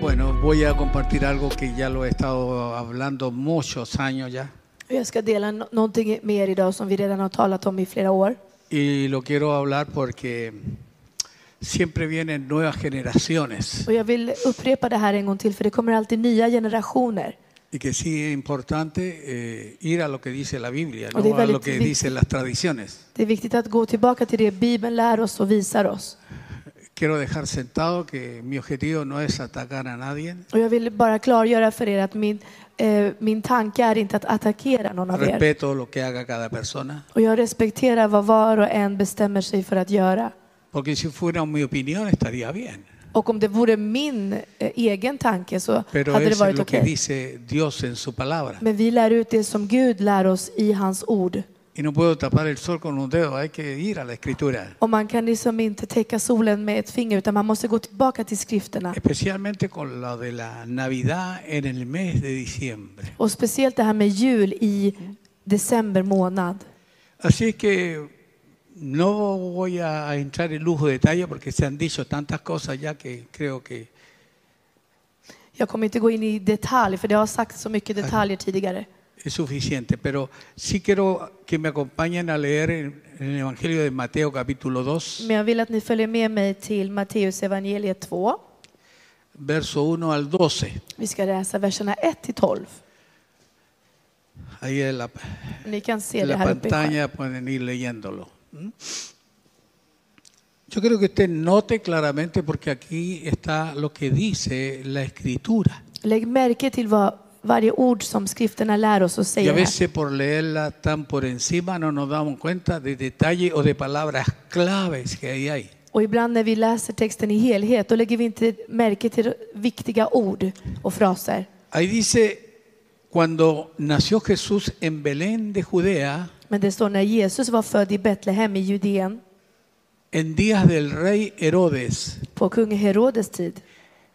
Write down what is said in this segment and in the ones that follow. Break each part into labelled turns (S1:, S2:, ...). S1: Bueno, voy a compartir algo que ya lo he estado hablando muchos años ya
S2: Och Jag ska dela no- någonting mer idag som vi redan har talat om i flera år.
S1: y lo quiero hablar porque siempre vienen nuevas generaciones
S2: Och jag vill upprepa det här en gång till för det kommer alltid nya generationer.
S1: y que sí es importante eh, ir a lo que dice la Biblia,
S2: O de
S1: no a lo que
S2: Valentín.
S1: dicen las tradiciones.
S2: Det är viktigt att gå tillbaka till det Bibeln lär oss och visar oss.
S1: Quiero dejar sentado que mi objetivo no es atacar a nadie.
S2: Och jag vill bara klargöra för er att min, eh, min tanke är inte att attackera någon av er.
S1: Respeto lo que haga cada persona,
S2: Och jag respekterar vad var och en bestämmer sig för att göra.
S1: porque si fuera mi opinión estaría bien,
S2: Och om det vore min eh, egen tanke så
S1: pero
S2: hade det
S1: es
S2: varit
S1: lo
S2: okej.
S1: que dice Dios en su palabra.
S2: Men vi lär ut det som Gud lär oss i hans ord.
S1: Y no puedo tapar el sol con un dedo, hay que ir a la escritura,
S2: Och man kan liksom inte täcka solen med ett finger utan man måste gå tillbaka till skrifterna.
S1: especialmente con lo de la Navidad en el mes de diciembre.
S2: Och speciellt det här med jul i december månad.
S1: Así es que no voy a entrar en lujo de detalle porque se han dicho tantas cosas ya que creo que
S2: Jag kommer inte gå in i detalj för det har sagts så mycket detaljer tidigare.
S1: es suficiente, pero sí quiero que me acompañen a leer en en el Evangelio de Mateo capítulo 2,
S2: Men jag vill att ni följer med mig till Matteus evangeliet 2.
S1: verso 1 al 12.
S2: Vi ska läsa verserna 1 till 12.
S1: Ahí en la,
S2: Ni kan se
S1: en
S2: det
S1: la
S2: här uppe i skärmen.
S1: pantalla pueden ir leyéndolo. ¿Mm? Yo creo que usted note claramente porque aquí está lo que dice la escritura.
S2: Lägg märke till vad varje ord som skrifterna lär oss och
S1: Y a
S2: säger här.
S1: veces por leerla tan por encima no nos damos cuenta de detalles o de palabras claves que ahí hay.
S2: Och ibland när vi läser texten i helhet, då lägger vi inte märke till viktiga ord och fraser.
S1: Ahí dice, cuando nació Jesús en Belén de Judea,
S2: Men det står när Jesus var född i Betlehem i Judeen
S1: en días del rey Herodes,
S2: på kung Herodes tid.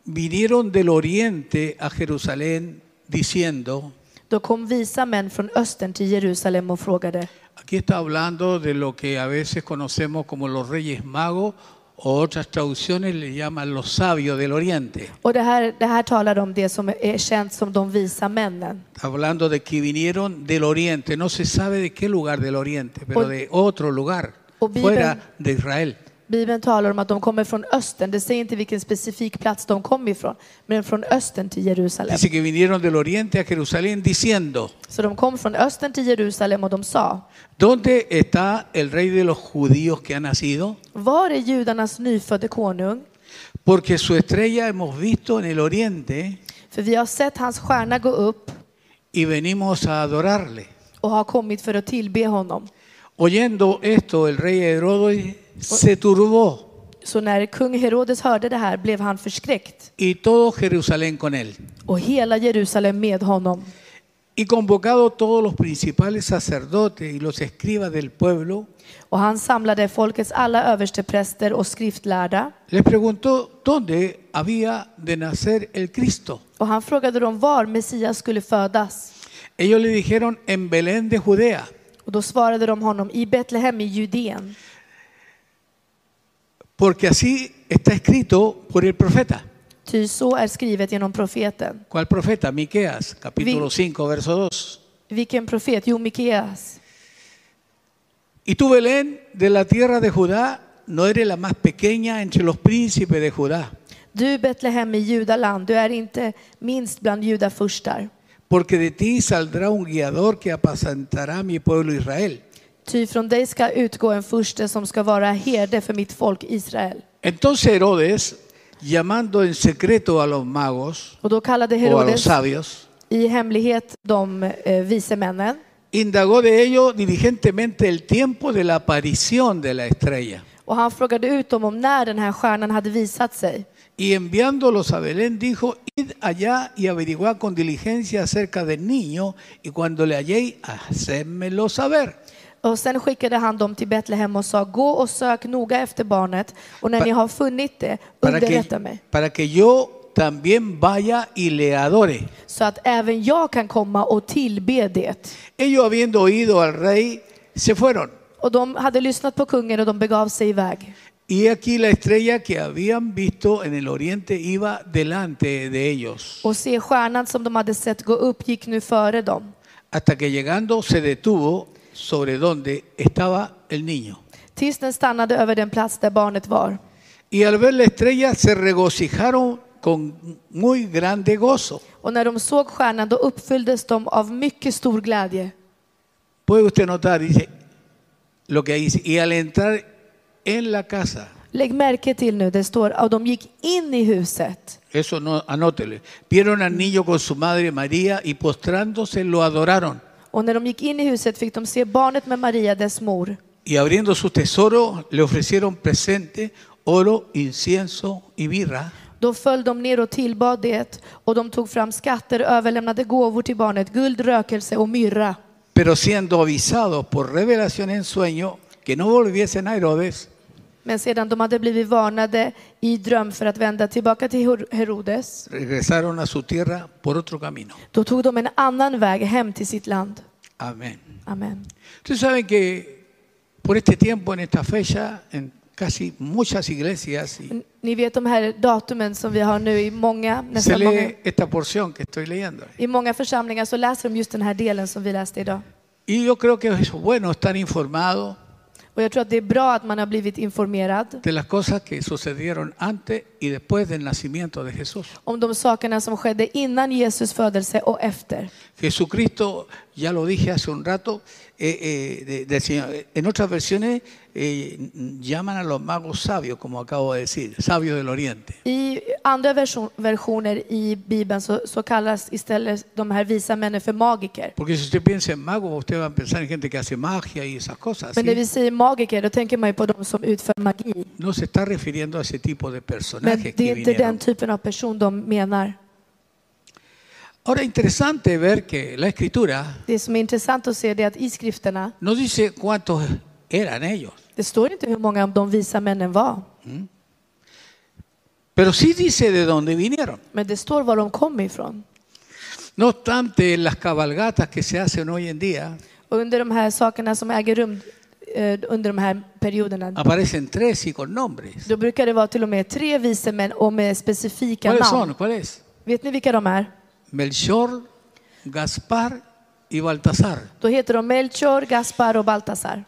S1: vinieron del oriente a Jerusalén diciendo,
S2: Då kom visa män från östern till Jerusalem och frågade.
S1: Aquí está hablando de lo que a veces conocemos como los reyes magos o otras traducciones le llaman los sabios del oriente.
S2: Och det här, det här talar om det som är känt som de visa männen.
S1: Está Hablando de que vinieron del oriente, no se sabe de qué lugar del oriente, pero de otro lugar,
S2: O viven-
S1: fuera de Israel.
S2: Bibeln talar om att de kommer från östern. Det säger inte vilken specifik plats de kom ifrån, men från östern till Jerusalem.
S1: Dice que vinieron del oriente a Jerusalén diciendo,
S2: Så de kom från östern till Jerusalem och de sa,
S1: ¿dónde está el rey de los judíos que ha nacido?
S2: var är judarnas nyfödde konung?
S1: Porque su estrella hemos visto en el oriente
S2: För vi har sett hans stjärna gå upp
S1: y venimos a adorarle.
S2: och har kommit för att tillbe honom.
S1: Oyendo esto, el rey Herodes se turbó
S2: Så när kung Herodes hörde det här blev han förskräckt
S1: y todo Jerusalén con él.
S2: och hela Jerusalem med honom.
S1: Y convocado todos los principales sacerdotes y los escribas del pueblo,
S2: Och han samlade folkets alla överstepräster och skriftlärda
S1: les preguntó dónde había de nacer el Cristo.
S2: och han frågade dem var Messias skulle födas.
S1: Ellos le dijeron en Belén de Judea,
S2: Och då svarade de honom i Betlehem i Judeen,
S1: porque así está escrito por el profeta.
S2: ty så är skrivet genom profeten.
S1: ¿Cuál profeta? Miqueas, capítulo
S2: Vi-
S1: 5, verso 2.
S2: Vilken profet? Jo, Mikeas.
S1: Y tú, Belén, de la tierra de Judá, no eres la más pequeña entre los príncipes de Judá.
S2: Du Betlehem i Judaland, du är inte minst bland judafurstar.
S1: Porque de ti saldrá un guiador que apacentará a mi pueblo Israel.
S2: Ty från dig ska utgå en furste som ska vara herde för mitt folk Israel.
S1: Entonces Herodes, llamando en secreto a los magos
S2: Och då kallade
S1: o a los
S2: Herodes
S1: sabios,
S2: i hemlighet de eh, vice männen
S1: indagó de ello diligentemente el tiempo de la aparición de la estrella.
S2: och han frågade ut dem om när den här stjärnan hade visat sig.
S1: Y enviándolos a Belén dijo, id allá y averiguad con diligencia acerca del niño y cuando le halléis, hacedmelo saber.
S2: Och sen skickade han dem till Betlehem och sa, gå och sök noga efter barnet och när
S1: Pa-
S2: ni har funnit det,
S1: Para que,
S2: underrätta mig.
S1: para que yo también vaya y le adore.
S2: Så att även jag kan komma och tillbe det.
S1: Ellos habiendo oído al rey, se fueron
S2: Och de hade lyssnat på kungen och de begav sig iväg.
S1: Y aquí la estrella que habían visto en el oriente iba delante de ellos,
S2: Och se, stjärnan som de hade sett gå upp gick nu före dem,
S1: hasta que llegando se detuvo sobre donde estaba el niño.
S2: tills den stannade över den plats där barnet var.
S1: Y al ver la estrella se regocijaron con muy grande gozo.
S2: Och när de såg stjärnan då uppfylldes de av mycket stor glädje.
S1: Puede usted notar, dice, lo que ahí dice, y al entrar en la casa,
S2: Lägg märke till nu, det står att de gick in i huset.
S1: eso no, anótele, vieron al niño con su madre María y postrándose lo adoraron.
S2: Och när de gick in i huset fick de se barnet med Maria, dess mor.
S1: Y abriendo sus tesoros le ofrecieron presente, oro, incienso y birra.
S2: Då föll de ner och tillbad det, och de tog fram skatter, överlämnade gåvor till barnet, guld, rökelse och myrra.
S1: Pero siendo avisados por revelación en sueño que no volviesen a Herodes,
S2: Men sedan de hade blivit varnade i dröm för att vända tillbaka till Her- Herodes,
S1: regresaron a su tierra por otro camino.
S2: då tog de en annan väg hem till sitt land.
S1: Amén.
S2: Amen.
S1: Ustedes saben que por este tiempo, en esta fecha, en casi muchas iglesias, y
S2: N- Ni vet de här datumen som vi har nu i många,
S1: se
S2: nästan många,
S1: lee esta porción que estoy leyendo.
S2: i många församlingar så läser de just den här delen som vi läste idag.
S1: Y yo creo que es bueno estar informado
S2: Och jag tror att det är bra att man har blivit informerad
S1: de las cosas que sucedieron antes y después del nacimiento de Jesús.
S2: om de sakerna som skedde innan Jesus födelse och efter.
S1: Jesucristo, ya lo dije hace un rato, eh, eh, de- del Señor. en otras versiones eh, llaman a los magos sabios, como acabo de decir, sabios del Oriente.
S2: I andra version, versioner i Bibeln så, så kallas istället de här visa männen för magiker.
S1: Porque si usted piensa en magos, usted va a pensar en gente que hace magia y esas cosas.
S2: Men
S1: ¿sí?
S2: när vi säger magiker, då tänker man ju på de som utför magi.
S1: No se está refiriendo a ese tipo de
S2: Men
S1: personajes
S2: det
S1: que
S2: är inte den
S1: vinieron.
S2: typen av person de menar.
S1: Ahora, interesante ver que la Escritura
S2: Det som är intressant att se det är att i skrifterna,
S1: no dice cuántos eran ellos,
S2: det står inte hur många av de visa männen var.
S1: pero sí dice de dónde vinieron.
S2: Men det står var de kom ifrån.
S1: No obstante, en las cabalgatas que se hacen hoy en día,
S2: Och under de här sakerna som äger rum eh, under de här perioderna,
S1: aparecen tres y con nombres.
S2: då brukar det vara till och med tre vise män och med specifika
S1: ¿Cuáles son?
S2: namn.
S1: ¿Cuál es?
S2: Vet ni vilka de är?
S1: Melchor, Gaspar y Baltasar.
S2: Då heter de Melchor, Gaspar och Baltasar.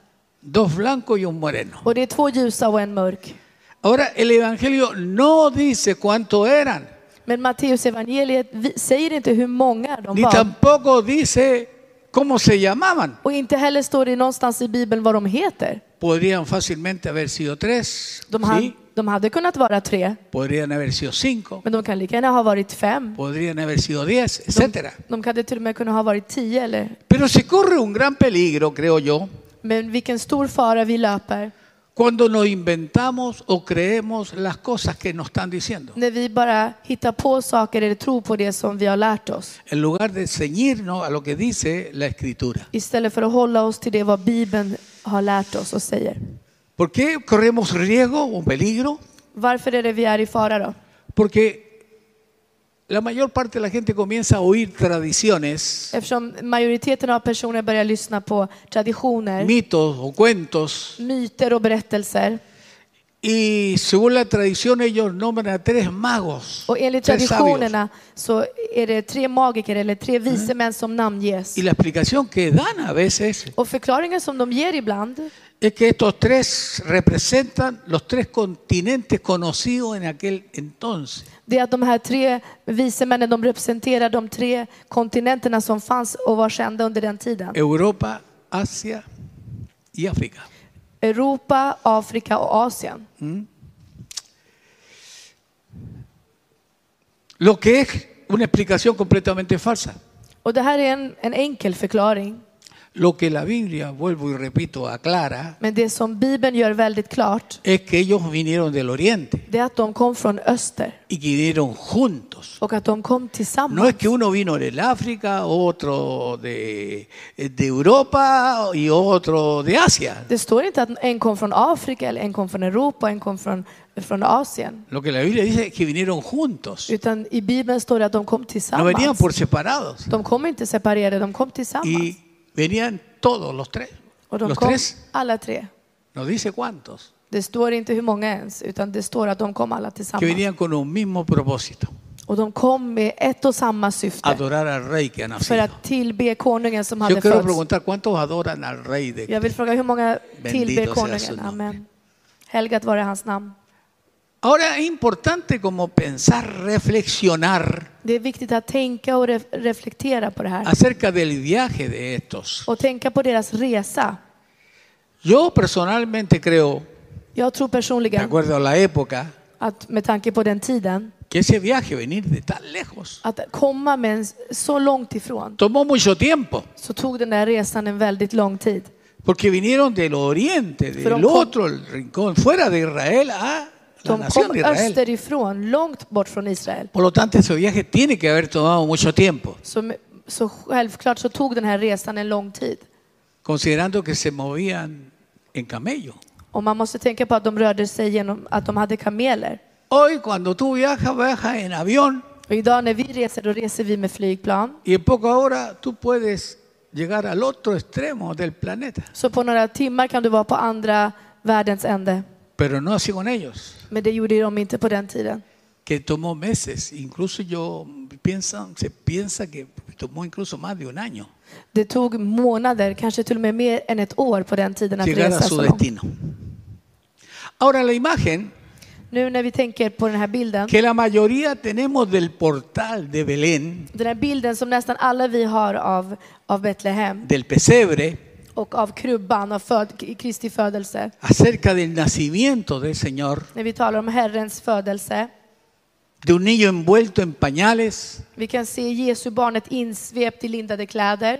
S1: Dos blancos y un moreno.
S2: Och det är två ljusa och en mörk.
S1: Ahora, el Evangelio no dice cuánto eran,
S2: Men Matteus evangeliet vi- säger inte hur många de
S1: ni
S2: var.
S1: tampoco dice cómo se llamaban.
S2: Och inte heller står det någonstans i Bibeln vad de heter.
S1: Podrían fácilmente haber sido tres,
S2: De, ha,
S1: ¿sí?
S2: de hade kunnat vara tre,
S1: podrían haber sido cinco,
S2: men de kan lika gärna ha varit fem.
S1: podrían haber sido diez, etcétera.
S2: De hade till och med kunnat ha varit tio. Eller.
S1: Pero se corre un gran peligro, creo yo,
S2: Men vilken stor fara vi löper
S1: cuando nos inventamos o creemos las cosas que nos están diciendo.
S2: när vi bara hittar på saker eller tror på det som vi har lärt oss.
S1: En lugar de ceñirnos a lo que dice la Escritura.
S2: Istället för att hålla oss till det vad Bibeln har lärt oss och säger.
S1: ¿Por qué corremos riesgo o peligro?
S2: Varför är det vi är i fara då?
S1: Porque la mayor parte de la gente comienza a oír tradiciones,
S2: Eftersom majoriteten av personer börjar lyssna på traditioner,
S1: mitos o cuentos,
S2: myter och berättelser.
S1: y según la tradición ellos nombran a tres magos,
S2: Och enligt
S1: tres sabios.
S2: traditionerna så är det tre magiker eller tre vise män som namnges.
S1: Y la explicación que dan a veces
S2: Och förklaringen som de ger ibland,
S1: es que estos tres representan los tres continentes conocidos en aquel entonces.
S2: det är att de här tre vise männen, de representerar de tre kontinenterna som fanns och var kända under den tiden.
S1: E- Europa, Asia y África.
S2: Europa, Afrika och Asien.
S1: Lo que es una explicación completamente falsa.
S2: Och det här är en, en enkel förklaring.
S1: Lo que la Biblia, vuelvo y repito, aclara
S2: Men det som Bibeln gör väldigt klart,
S1: es que ellos vinieron del oriente
S2: det är att de kom från öster
S1: y que vinieron juntos.
S2: och att de kom tillsammans.
S1: No es que uno vino del África, otro de, de Europa y otro de Asia.
S2: Det står inte att en kom från Afrika, eller en kom från Europa, en kom från, från Asien.
S1: Lo que la Biblia dice es que vinieron juntos.
S2: Utan i Bibeln står det att de kom
S1: No venían
S2: tillsammans.
S1: por separados.
S2: De kom inte separerade, de kom tillsammans.
S1: Y venían todos los tres.
S2: Och de
S1: Los
S2: kom
S1: tres,
S2: alla tre.
S1: nos dice cuántos.
S2: Det står inte hur många ens, utan det står att de kom alla
S1: que
S2: tillsammans.
S1: venían con un mismo propósito,
S2: Och de kom med ett och samma syfte,
S1: adorar al rey que ha
S2: för
S1: nacido.
S2: att tillbe konungen som
S1: Yo
S2: hade
S1: quiero
S2: fötts.
S1: preguntar, ¿cuántos adoran al rey de
S2: Jag vill fråga hur många tillber
S1: Bendito sea su
S2: konungen?
S1: nombre.
S2: Amen. Helgat vare hans namn.
S1: Ahora es importante como pensar, reflexionar
S2: Det är viktigt att tänka och ref- reflektera på det här
S1: acerca del viaje de estos.
S2: och tänka på deras resa.
S1: Yo personalmente creo,
S2: Jag tror
S1: de
S2: personligen
S1: acuerdo a la época,
S2: att med tanke på den tiden,
S1: que ese viaje, venir de tan lejos,
S2: att komma med en, så långt ifrån,
S1: tomó mucho tiempo,
S2: så tog den där resan en väldigt lång tid.
S1: porque vinieron del oriente, del
S2: Fueron con-
S1: otro el rincón, fuera de Israel a la
S2: De
S1: nación
S2: kom
S1: de Israel.
S2: österifrån, långt bort från Israel.
S1: Por lo tanto, ese viaje tiene que haber tomado mucho tiempo,
S2: Så, så självklart så tog den här resan en lång tid.
S1: considerando que se movían en camello.
S2: Och man måste tänka på att de rörde sig genom att de hade kameler.
S1: Hoy cuando tú viajas, viajas en avión
S2: Och idag när vi reser, då reser vi med flygplan.
S1: y en poca hora tú puedes llegar al otro extremo del planeta,
S2: Så på några timmar kan du vara på andra världens ände.
S1: pero no así con ellos,
S2: Men det gjorde de inte på den tiden.
S1: que tomó meses, incluso yo piensan, se piensa que tomó incluso más de un año
S2: Det tog månader, kanske till och med mer än ett år på den tiden att
S1: llegar a
S2: resa
S1: su
S2: så långt.
S1: destino. Ahora la imagen
S2: Nu när vi tänker på den här bilden,
S1: que la mayoría tenemos del portal de Belén,
S2: den här bilden som nästan alla vi har av, av Betlehem
S1: del pesebre,
S2: och av krubban, av föd, Kristi födelse.
S1: acerca del nacimiento del Señor,
S2: När vi talar om Herrens födelse,
S1: de un niño envuelto en pañales,
S2: vi kan se Jesu barnet insvept i lindade kläder,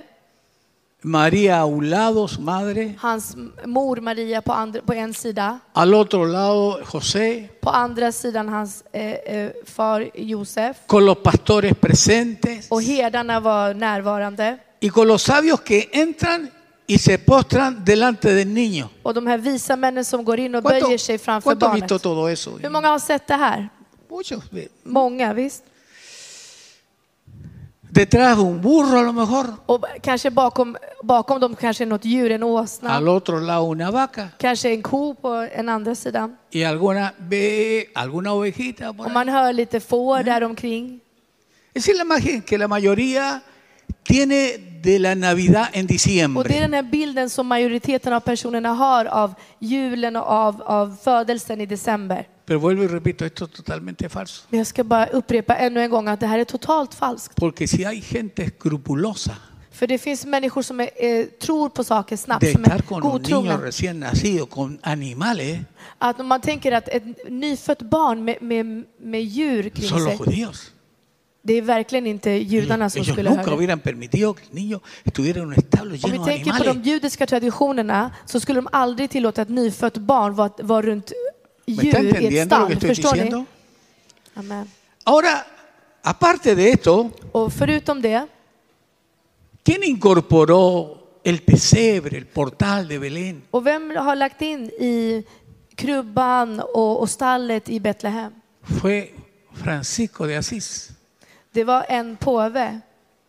S1: María a un lado, su madre,
S2: hans mor Maria på, andra, på en sida,
S1: Al otro lado, José,
S2: på andra sidan hans eh, eh, far Josef.
S1: con los pastores presentes
S2: Och herdarna var närvarande.
S1: y con los sabios que entran y se postran delante del niño.
S2: Och de här visa männen som går in och
S1: ¿Cuánto,
S2: böjer sig framför
S1: cuánto han
S2: barnet.
S1: visto todo eso?
S2: Hur många har sett det här?
S1: Muchos. de-
S2: Många, visst.
S1: Detrás de un burro a lo mejor,
S2: Och kanske bakom, bakom dem kanske är något djur, en åsna,
S1: al otro lado una vaca
S2: kanske en ko på en andra sidan.
S1: y alguna, ve, alguna ovejita. por
S2: Och
S1: ahí.
S2: man hör lite får där omkring.
S1: Esa es la imagen que la mayoría tiene de la Navidad en
S2: Och det är
S1: diciembre.
S2: den här bilden som majoriteten av personerna har av julen och av, av födelsen i december.
S1: Pero vuelvo y repito, esto es totalmente falso.
S2: Men jag ska bara upprepa ännu en gång att det här är totalt falskt.
S1: Porque si hay gente escrupulosa,
S2: För det finns människor som är, eh, tror på saker snabbt,
S1: de
S2: som är
S1: estar con un niño
S2: godtrogna.
S1: recién nacido, con animales,
S2: Att om man tänker att ett nyfött barn med, med, med djur kring
S1: son los
S2: sig,
S1: judíos.
S2: det är verkligen inte judarna som
S1: Ellos
S2: skulle ha
S1: nunca
S2: det.
S1: hubieran permitido que el niño estuviera en un establo
S2: Om vi
S1: lleno de
S2: tänker på de
S1: animales.
S2: judiska traditionerna så skulle de aldrig tillåta ett nyfött barn vara var runt
S1: ¿Me está
S2: djur i ett
S1: entendiendo lo que
S2: stall.
S1: estoy
S2: Förstår
S1: diciendo?
S2: ni? Amen.
S1: Ahora, aparte de esto,
S2: Och förutom det,
S1: ¿quién incorporó el pesebre, el portal de Belén?
S2: och vem har lagt in i krubban och, och stallet i Betlehem?
S1: Fue Francisco de Asís,
S2: Det var en påve.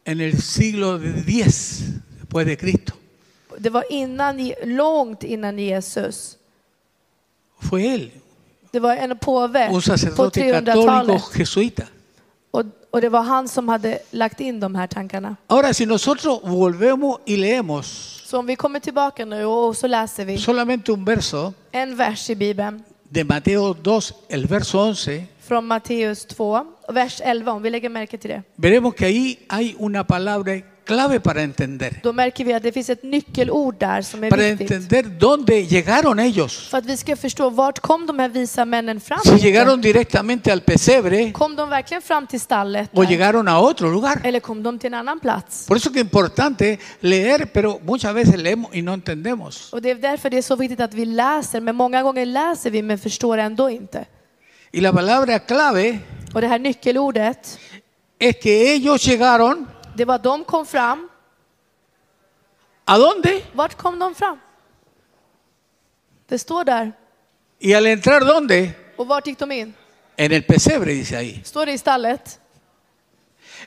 S1: en el siglo X después de Cristo.
S2: Det var innan, Je- långt innan Jesus.
S1: Fue él,
S2: Det var en påve
S1: un
S2: på
S1: sacerdote católico
S2: 300-talet.
S1: jesuita.
S2: Och, och det var han som hade lagt in de här tankarna.
S1: Ahora, si nosotros volvemos y leemos
S2: Så om vi kommer tillbaka nu och, och så läser vi
S1: solamente un verso
S2: en vers i Bibeln
S1: de Mateo 2, el verso 11,
S2: från Matteus 2, och vers 11, om vi lägger märke till det.
S1: veremos que ahí hay una palabra clave para entender.
S2: Då märker vi att det finns ett nyckelord där som är
S1: Para
S2: viktigt.
S1: entender dónde llegaron ellos.
S2: För att vi ska förstå, vart kom de här visa männen fram?
S1: Si
S2: egentligen?
S1: llegaron directamente al pesebre
S2: Kom de verkligen fram till stallet?
S1: o
S2: där?
S1: llegaron a otro lugar.
S2: Eller kom de till en annan plats?
S1: Por eso que es importante leer, pero muchas veces leemos y no entendemos.
S2: Och det är därför det är så viktigt att vi läser, men många gånger läser vi men förstår ändå inte.
S1: Y la palabra clave
S2: Och det här nyckelordet,
S1: es que ellos llegaron
S2: det var att de kom fram.
S1: a dónde
S2: Vart kom de fram? Det står där.
S1: y al entrar dónde.
S2: Och vart gick de in?
S1: En el pesebre, dice ahí.
S2: Står det i stallet?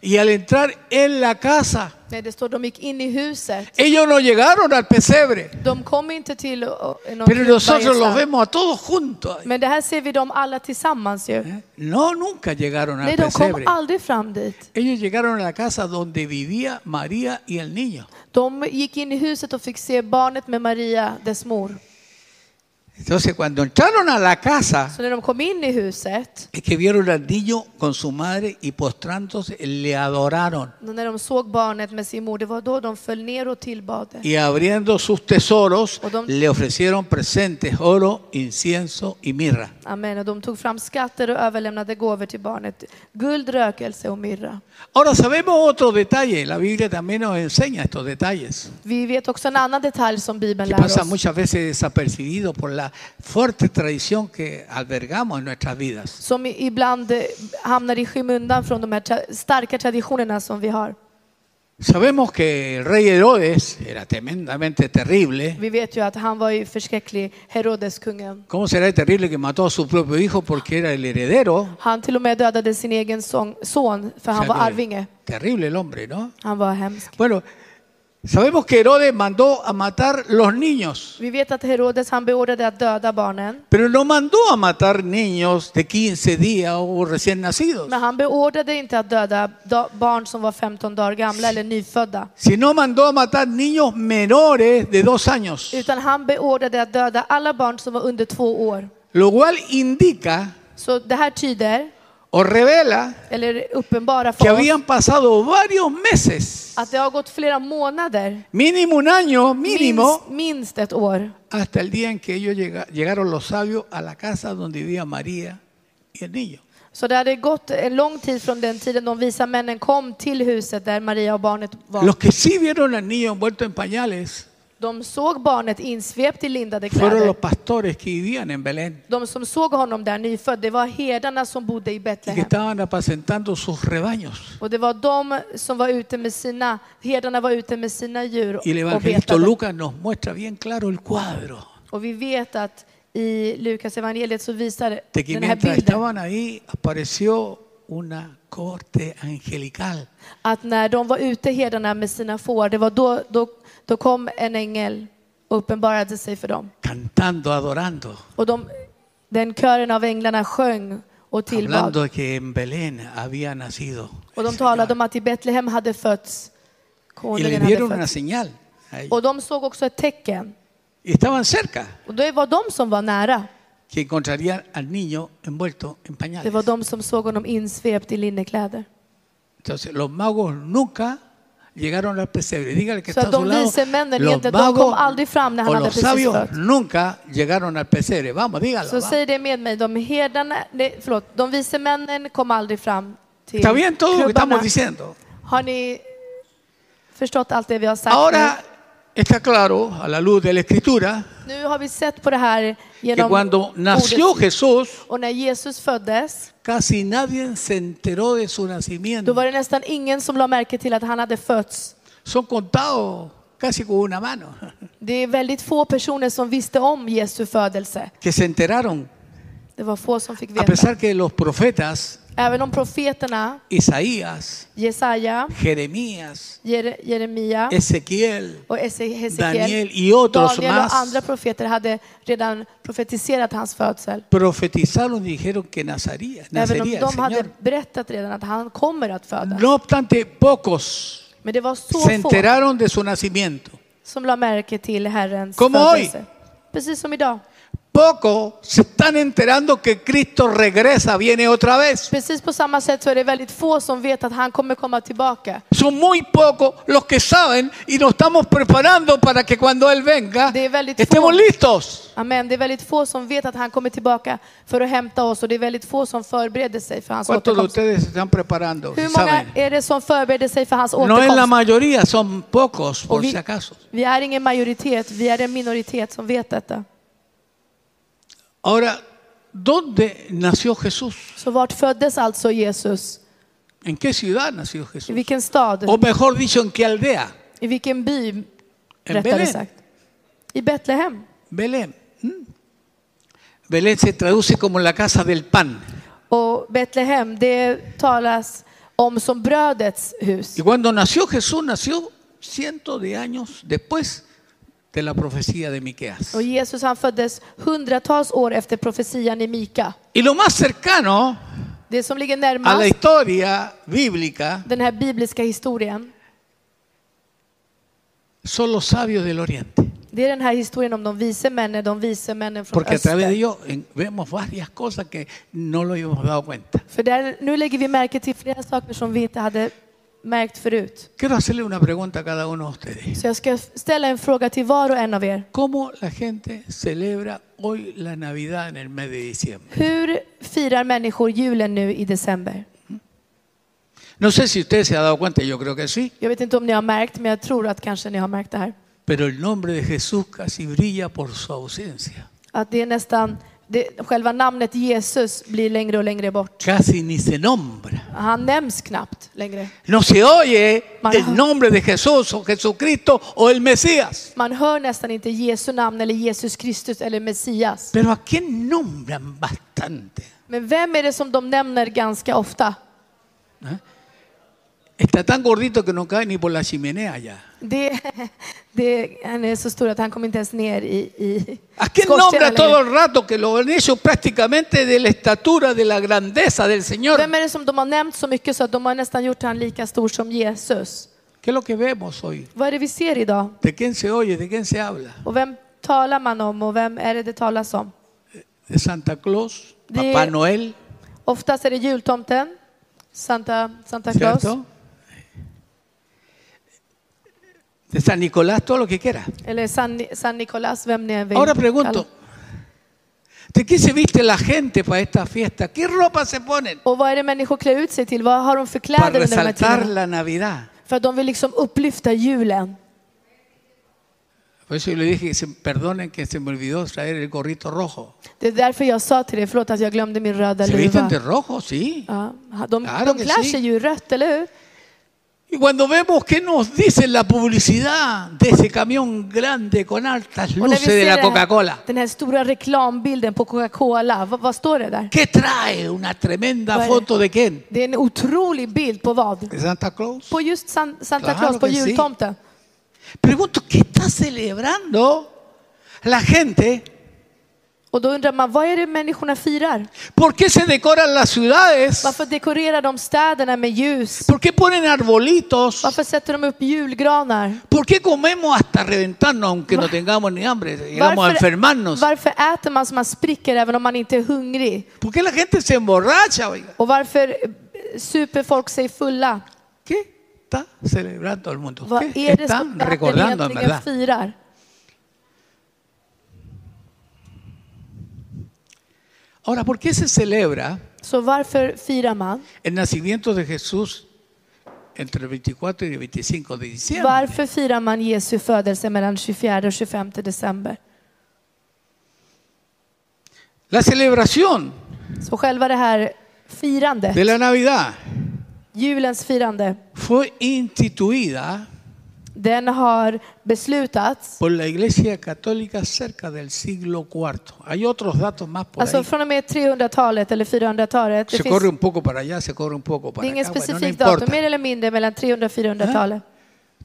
S1: Y al entrar en la casa,
S2: Nej, det står de gick in i huset.
S1: ellos no llegaron al pesebre,
S2: De kom inte till eh, någon
S1: pero
S2: krubba
S1: nosotros los
S2: gisslan.
S1: vemos a todos juntos. ¿eh?
S2: Men det här ser vi dem alla tillsammans ju.
S1: Mm, No, nunca llegaron al
S2: Nej, de kom
S1: pesebre.
S2: aldrig fram dit.
S1: Ellos llegaron a la casa donde vivía María y el niño.
S2: De gick in i huset och fick se barnet med Maria, dess mor.
S1: Entonces, cuando entraron a la casa,
S2: Så när de kom in i huset,
S1: es que vieron al niño con su madre y postrándose le adoraron.
S2: när de såg barnet med sin mor, det var då de föll ner och tillbad.
S1: Y abriendo sus tesoros,
S2: O don-
S1: le ofrecieron presentes, oro, incienso y mirra.
S2: Amen. Och de tog fram skatter och överlämnade gåvor till barnet. Guld, rökelse och myrra.
S1: Ahora sabemos otro detalle, la Biblia también nos enseña estos detalles,
S2: Vi vet också en annan detalj som Bibeln
S1: que
S2: lär
S1: pasa
S2: oss.
S1: muchas veces desapercibido por la fuerte tradición que albergamos en nuestras vidas.
S2: Som i- ibland eh, hamnar i skymundan från de här tra- starka traditionerna som vi har.
S1: Sabemos que el rey Herodes era tremendamente terrible.
S2: Vi vet ju att han var ju förskräcklig, Herodes kungen.
S1: ¿Cómo será de terrible que mató a su propio hijo porque era el heredero?
S2: Han till och med dödade sin egen son, son för
S1: O sea
S2: han var
S1: que-
S2: arvinge.
S1: terrible el hombre, ¿no?
S2: Han var hemsk.
S1: Bueno, sabemos que Herodes mandó a matar los niños.
S2: Vi vet att Herodes han beordrade att döda barnen.
S1: Pero no mandó a matar niños de 15 días o recién nacidos,
S2: Men han beordrade inte att döda da- barn som var 15 dagar gamla eller nyfödda.
S1: sino mandó a matar niños menores de dos años,
S2: Utan han beordrade att döda alla barn som var under två år.
S1: lo cual indica
S2: Så det här tyder,
S1: o revela
S2: eller uppenbara
S1: que
S2: för oss,
S1: habían pasado varios meses,
S2: att det har gått flera månader,
S1: mínimo un año, mínimo,
S2: minst, minst ett år,
S1: hasta el día en que ellos llega- llegaron los sabios a la casa donde vivía María y el niño.
S2: Så det hade gått en lång tid från den tiden de visa männen kom till huset där Maria och barnet var.
S1: Los que sí vieron al niño envuelto en pañales
S2: De såg barnet insvept i lindade
S1: fueron
S2: kläder.
S1: los pastores que vivían en Belén
S2: De som såg honom där nyfödd, det var herdarna som bodde i
S1: y que
S2: Betlehem.
S1: estaban apacentando sus rebaños.
S2: Och det var de som var ute med sina, herdarna var ute med sina djur
S1: Y el
S2: och
S1: evangelista
S2: betade.
S1: Lucas nos muestra bien claro el cuadro
S2: Och vi vet att i Lukas evangeliet så visar
S1: de que
S2: den här
S1: mientras
S2: bilden
S1: estaban ahí apareció una corte angelical
S2: att när de var ute, herdarna med sina får, det var då, då, då kom en ängel och uppenbarade sig för dem.
S1: cantando, adorando,
S2: Och de, den kören av änglarna sjöng och
S1: hablando
S2: tillbad.
S1: de que en Belén había nacido.
S2: Och
S1: el
S2: de talade
S1: Señor.
S2: om att i Betlehem hade fötts
S1: y le dieron
S2: konungen. Hade
S1: una
S2: fötts.
S1: señal. a ellos.
S2: Och de såg också ett tecken.
S1: Y estaban cerca,
S2: Och det var de som var nära.
S1: que encontrarían al niño envuelto en
S2: Det
S1: pañales.
S2: var de som såg honom insvept i linnekläder.
S1: Entonces, los magos nunca llegaron al pesebre. Dígale que
S2: Så
S1: está a
S2: de
S1: su lado.
S2: vise männen
S1: Los
S2: inte, de
S1: magos
S2: kom aldrig fram när han
S1: o
S2: hade
S1: los
S2: precis
S1: sabios
S2: fött.
S1: nunca llegaron al pesebre. Vamos, dígalo.
S2: Så
S1: vamos.
S2: säg det med mig, de herdarna, nej, förlåt, de vise männen kom aldrig fram till
S1: Está bien todo lo que
S2: krubbarna.
S1: estamos diciendo.
S2: Har ni förstått allt det vi har sagt
S1: Ahora está claro, a la luz de la Escritura,
S2: nu? Nu har vi sett på det här
S1: que
S2: genom
S1: cuando nació
S2: ordet.
S1: Jesús,
S2: Och när Jesus föddes,
S1: casi nadie se enteró de su
S2: då
S1: nacimiento.
S2: var det nästan ingen som la märke till att han hade fötts.
S1: Son contados casi con una mano,
S2: Det är väldigt få personer som visste om Jesu födelse.
S1: que se enteraron,
S2: Det var få som fick
S1: a
S2: veta.
S1: pesar que los profetas,
S2: Även om profeterna
S1: Isaías,
S2: Jesaja,
S1: Jeremías,
S2: Jer-
S1: Ah.
S2: Jeremia
S1: Ezequiel,
S2: och Ese- Hesekiel,
S1: Daniel alltså y otros
S2: Daniel och andra
S1: más,
S2: profeter hade redan profetiserat hans födsel.
S1: profetizaron y dijeron que nacería,
S2: Även om
S1: nacería el
S2: de hade
S1: Señor.
S2: berättat redan att han kommer att födas.
S1: No obstante, pocos
S2: Men det var så
S1: se
S2: få
S1: enteraron de su nacimiento.
S2: som la märke till Herrens
S1: Como hoy.
S2: födelse. Precis som idag.
S1: Poco se están enterando que Cristo regresa, viene otra vez.
S2: Precis på samma sätt så är det väldigt få som vet att han kommer komma tillbaka.
S1: Son muy pocos los que saben y nos estamos preparando para que cuando Él venga
S2: De Belit-
S1: estemos listos.
S2: Amen. Det är väldigt få som vet att han kommer tillbaka för att hämta oss och det är väldigt få som förbereder sig för hans
S1: ¿Cuántos de
S2: återkomst.
S1: ustedes se están preparando? y
S2: Hur många
S1: Saben.
S2: är det som förbereder sig för hans
S1: No es la
S2: återkomst?
S1: mayoría, son pocos por
S2: Och
S1: si
S2: vi,
S1: acaso.
S2: vi är ingen majoritet, vi är en minoritet som vet detta.
S1: Ahora, ¿dónde nació Jesús?
S2: Så vart föddes alltså Jesus?
S1: ¿En qué ciudad nació
S2: I
S1: Jesús?
S2: vilken stad?
S1: O mejor dicho, ¿en qué aldea?
S2: I vilken by?
S1: En
S2: Rättare
S1: Belén.
S2: sagt. I Betlehem.
S1: Belén. ¿Mm? Belén se traduce como la casa del pan.
S2: Och Betlehem, det talas om som brödets hus.
S1: Y cuando nació Jesús, nació cientos de años después de la profecía de Miqueas.
S2: Och Jesus han föddes hundratals år efter profetian i Mika.
S1: Y lo más cercano
S2: Det som ligger
S1: a la
S2: närmast
S1: historia bíblica
S2: den här bibliska historien,
S1: son los sabios del Oriente.
S2: det är den här historien om de vise männen, de vise männen från
S1: Porque a través de
S2: öster.
S1: ellos en- vemos varias cosas que no lo habíamos dado cuenta.
S2: För där, nu lägger vi märke till flera saker som vi inte hade märkt förut.
S1: Quiero hacerle una pregunta a cada uno de ustedes.
S2: Så jag ska ställa en fråga till var och en av er.
S1: ¿Cómo la gente celebra hoy la Navidad en el mes de diciembre?
S2: Hur firar människor julen nu i december?
S1: No sé si usted se ha dado cuenta, yo creo que sí,
S2: Jag vet inte om ni har märkt, men jag tror att kanske ni har märkt det här.
S1: pero el nombre de Jesús casi brilla por su ausencia.
S2: Att det är nästan, det, själva namnet Jesus blir längre och längre bort.
S1: Casi ni se nombra.
S2: Han nämns knappt längre.
S1: No se oye
S2: Mara.
S1: el nombre de Jesús o Jesucristo o el Mesías.
S2: Man hör nästan inte Jesu namn eller Jesus Kristus eller Messias.
S1: Pero ¿a quién nombran bastante?
S2: Men vem är det som de nämner ganska ofta?
S1: Está tan gordito que no cae ni por la chimenea ya.
S2: Det, det, han är så stor att han kommer inte ens ner i, i
S1: ¿A quién
S2: skorstenen
S1: nombra todo
S2: längre.
S1: el rato que lo han hecho prácticamente de la estatura, de la grandeza del Señor?
S2: Vem är det som de har nämnt så mycket så att de har nästan gjort han lika stor som Jesus?
S1: ¿Qué es lo que vemos hoy?
S2: Vad är det vi ser idag?
S1: ¿De quién se oye? ¿De quién se habla?
S2: Och vem talar man om och vem är det det talas om?
S1: ¿De Santa Claus?
S2: De-
S1: ¿Papá Noel?
S2: Oftast är det jultomten, Santa, Santa Claus,
S1: ¿Cierto? De San Nicolás, todo lo que quiera.
S2: eller San, San Nicolas, vem ni än vill
S1: Ahora
S2: kalla.
S1: pregunto, ¿de qué se viste la gente para esta fiesta? ¿Qué ropa se ponen
S2: Och vad är det människor klär ut sig till? Vad har de för
S1: para
S2: kläder under de här
S1: resaltar
S2: tiderna?
S1: la Navidad?
S2: För att de vill liksom upplyfta julen.
S1: Por eso yo le dije que se, perdonen que se me olvidó traer el gorrito rojo.
S2: Det är därför jag sa till dig, förlåt att jag glömde min röda
S1: ¿Se visten
S2: luva.
S1: de rojo? Sí.
S2: Ja, de,
S1: Claro
S2: de
S1: que
S2: klär
S1: sí.
S2: sig ju i rött, eller hur?
S1: Y cuando vemos qué nos dice la publicidad de ese camión grande con altas
S2: Och när
S1: luces
S2: vi
S1: de
S2: ser
S1: la
S2: det här-
S1: Coca-Cola,
S2: den här stora reklambilden på Coca-Cola, vad, vad står det där?
S1: ¿qué trae? Una tremenda
S2: Bueno.
S1: foto de quién?
S2: Det är en otrolig bild på vad?
S1: De Santa Claus.
S2: På just San, Santa
S1: Claro
S2: Claus, på
S1: que sí.
S2: jultomten.
S1: Pregunto, ¿qué está celebrando la gente?
S2: Och då undrar man, vad är det människorna firar?
S1: ¿Por qué se decoran las ciudades?
S2: Varför dekorerar de städerna med ljus?
S1: ¿Por qué ponen arbolitos?
S2: Varför sätter de upp julgranar?
S1: ¿Por qué comemos hasta reventarnos aunque no tengamos ni hambre? Llegamos a enfermarnos.
S2: varför äter man så man spricker även om man inte är hungrig?
S1: ¿Por qué la gente se emborracha? oiga?
S2: Och varför eh, super folk sig fulla?
S1: ¿Qué está celebrando el mundo?
S2: Vad
S1: ¿Qué
S2: är det som
S1: están
S2: världen
S1: recordando en
S2: egentligen
S1: verdad?
S2: firar?
S1: Ahora, ¿por qué se celebra
S2: Så varför firar man?
S1: el nacimiento de Jesús entre el 24 y el 25 de diciembre?
S2: Varför firar man Jesu födelse mellan 24 och 25 december?
S1: La celebración
S2: Så själva det här firandet,
S1: de la Navidad
S2: julens firande,
S1: fue instituida
S2: den har beslutats.
S1: por la Iglesia Católica cerca del siglo IV. Hay otros datos más por
S2: Alltså
S1: ahí.
S2: från och med 300-talet eller 400-talet. Det,
S1: Se
S2: finns,
S1: corre un poco para allá, se corre un poco
S2: det är
S1: para
S2: ingen
S1: acá. Bueno, no
S2: specifik datum,
S1: importa.
S2: mer eller mindre mellan 300 och 400-talet.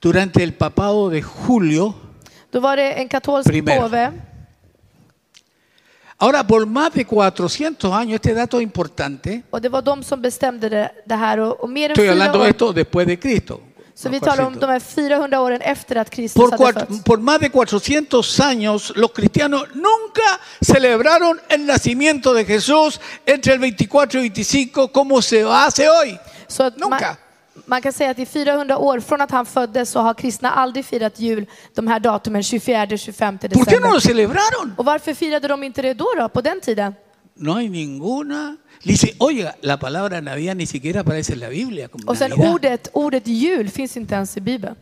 S1: Durante el papado de Julio,
S2: Då var det en katolsk
S1: Primero.
S2: påve.
S1: ahora por más de 400 años, este dato es importante,
S2: Och det var de som bestämde det, det här. Och, och mer än
S1: estoy
S2: fyra
S1: hablando de
S2: år,
S1: esto después de Cristo.
S2: så
S1: no
S2: vi talar om
S1: 400.
S2: de här 400 åren efter att Kristus
S1: Por,
S2: hade
S1: cuatro-
S2: fötts.
S1: por más de 400 años, los cristianos nunca celebraron el nacimiento de Jesús entre el 24 y 25 como se hace hoy.
S2: Så att man,
S1: Nunca.
S2: man kan säga att i 400 år från att han föddes så har kristna aldrig firat jul de här datumen 24-25
S1: ¿Por qué no
S2: december.
S1: lo celebraron?
S2: Och varför firade de inte det då, då på den tiden?
S1: No hay ninguna. Dice, oiga, la palabra Navidad ni siquiera aparece en la Biblia. como
S2: Och sen
S1: Navidad.
S2: ordet, ordet jul finns inte ens i Bibeln.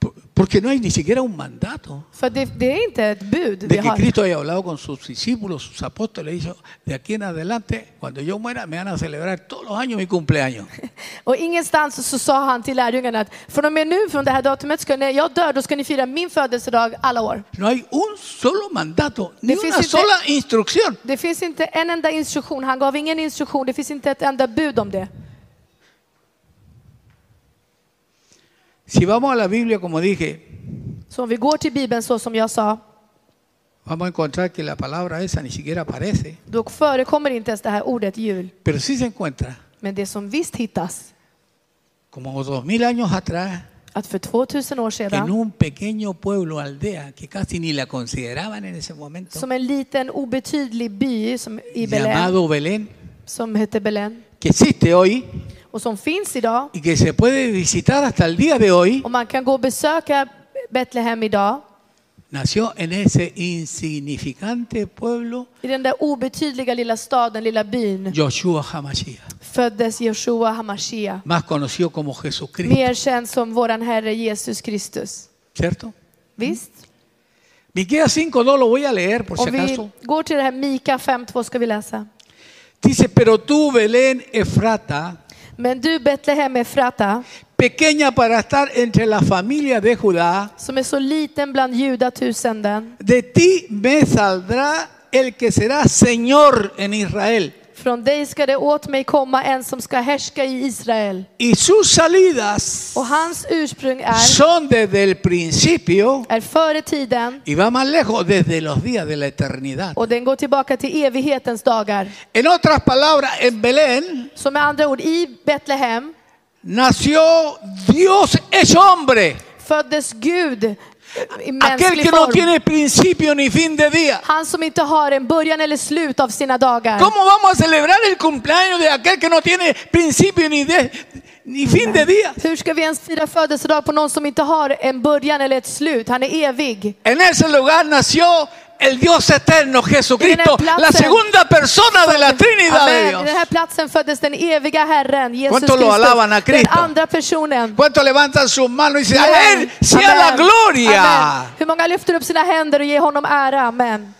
S1: Por- Porque no hay ni siquiera un mandato
S2: För det, det är inte ett bud vi
S1: de que
S2: har.
S1: Cristo haya hablado con sus discípulos, sus apóstoles, y dijo, de aquí en adelante, cuando yo muera, me van a celebrar todos los años mi cumpleaños.
S2: Och ingenstans så sa han till lärjungarna att från och med nu, från det här datumet, ska, när jag dör, då ska ni fira min födelsedag alla år.
S1: No hay un solo mandato, ni
S2: Difícil
S1: una
S2: de-
S1: sola instrucción.
S2: Det finns inte en enda instruktion, han gav ingen instruktion, det finns inte ett enda bud om det.
S1: Si vamos a la Biblia, como dije,
S2: Så om vi går till Bibeln så som jag sa,
S1: vamos a encontrar que la palabra esa ni siquiera aparece,
S2: då förekommer inte ens det här ordet jul.
S1: pero sí se encuentra,
S2: Men det som visst hittas,
S1: como dos mil años atrás,
S2: att för 2000 år
S1: en
S2: sedan,
S1: un pequeño pueblo, aldea, que casi ni la consideraban en ese momento,
S2: som en liten obetydlig by som, i Belén,
S1: llamado Belén,
S2: som hette Belén,
S1: que existe hoy
S2: och som finns idag.
S1: y que se puede visitar hasta el día de hoy,
S2: Och man kan gå och besöka Betlehem idag,
S1: nació en ese insignificante pueblo
S2: i den där obetydliga lilla staden, lilla byn,
S1: Yoshua Hamashiach,
S2: föddes Joshua Hamashia,
S1: más conocido como Jesucristo,
S2: mer känd som våran Herre Jesus Kristus.
S1: ¿cierto?
S2: Visst?
S1: Miqueas 5, no lo voy a leer por si
S2: Om
S1: acaso.
S2: vi går till det här Mika 5.2 ska vi läsa.
S1: Dice, pero tú, Belén Efrata,
S2: Men du Betlehem Efrata,
S1: pequeña para estar entre la familia de Judá,
S2: som är så liten bland judatusenden,
S1: de ti me saldrá el que será Señor en Israel.
S2: från dig ska det åt mig komma en som ska härska i Israel.
S1: Y sus salidas
S2: Och hans ursprung är,
S1: son desde el principio
S2: är före tiden
S1: y va más lejos, desde los días de la eternidad.
S2: och den går tillbaka till evighetens dagar.
S1: En otras palabras, en Belén
S2: Så med andra ord, i Betlehem
S1: nació Dios es hombre,
S2: föddes Gud i
S1: aquel
S2: mänsklig
S1: que no
S2: form.
S1: tiene principio ni fin de día.
S2: Han som inte har en början eller slut av sina dagar.
S1: ¿Cómo vamos a celebrar el cumpleaños de aquel que no tiene principio ni, de- ni fin de día?
S2: Hur ska vi ens fira födelsedag på någon som inte har en början eller ett slut? Han är evig.
S1: En ese lugar nació el Dios eterno, Jesucristo,
S2: Tiene placer.
S1: la segunda persona de la Trinidad de
S2: Amen. I
S1: Dios.
S2: den här platsen föddes den eviga Herren, Jesus
S1: ¿Cuánto lo alaban a
S2: Kristus. Den
S1: Cristo?
S2: andra personen.
S1: ¿Cuántos levantan sus manos y dicen, a Él
S2: Amen.
S1: sea la
S2: Amen. Amen.
S1: gloria?
S2: Hur många lyfter upp sina händer och ger honom ära? Amen.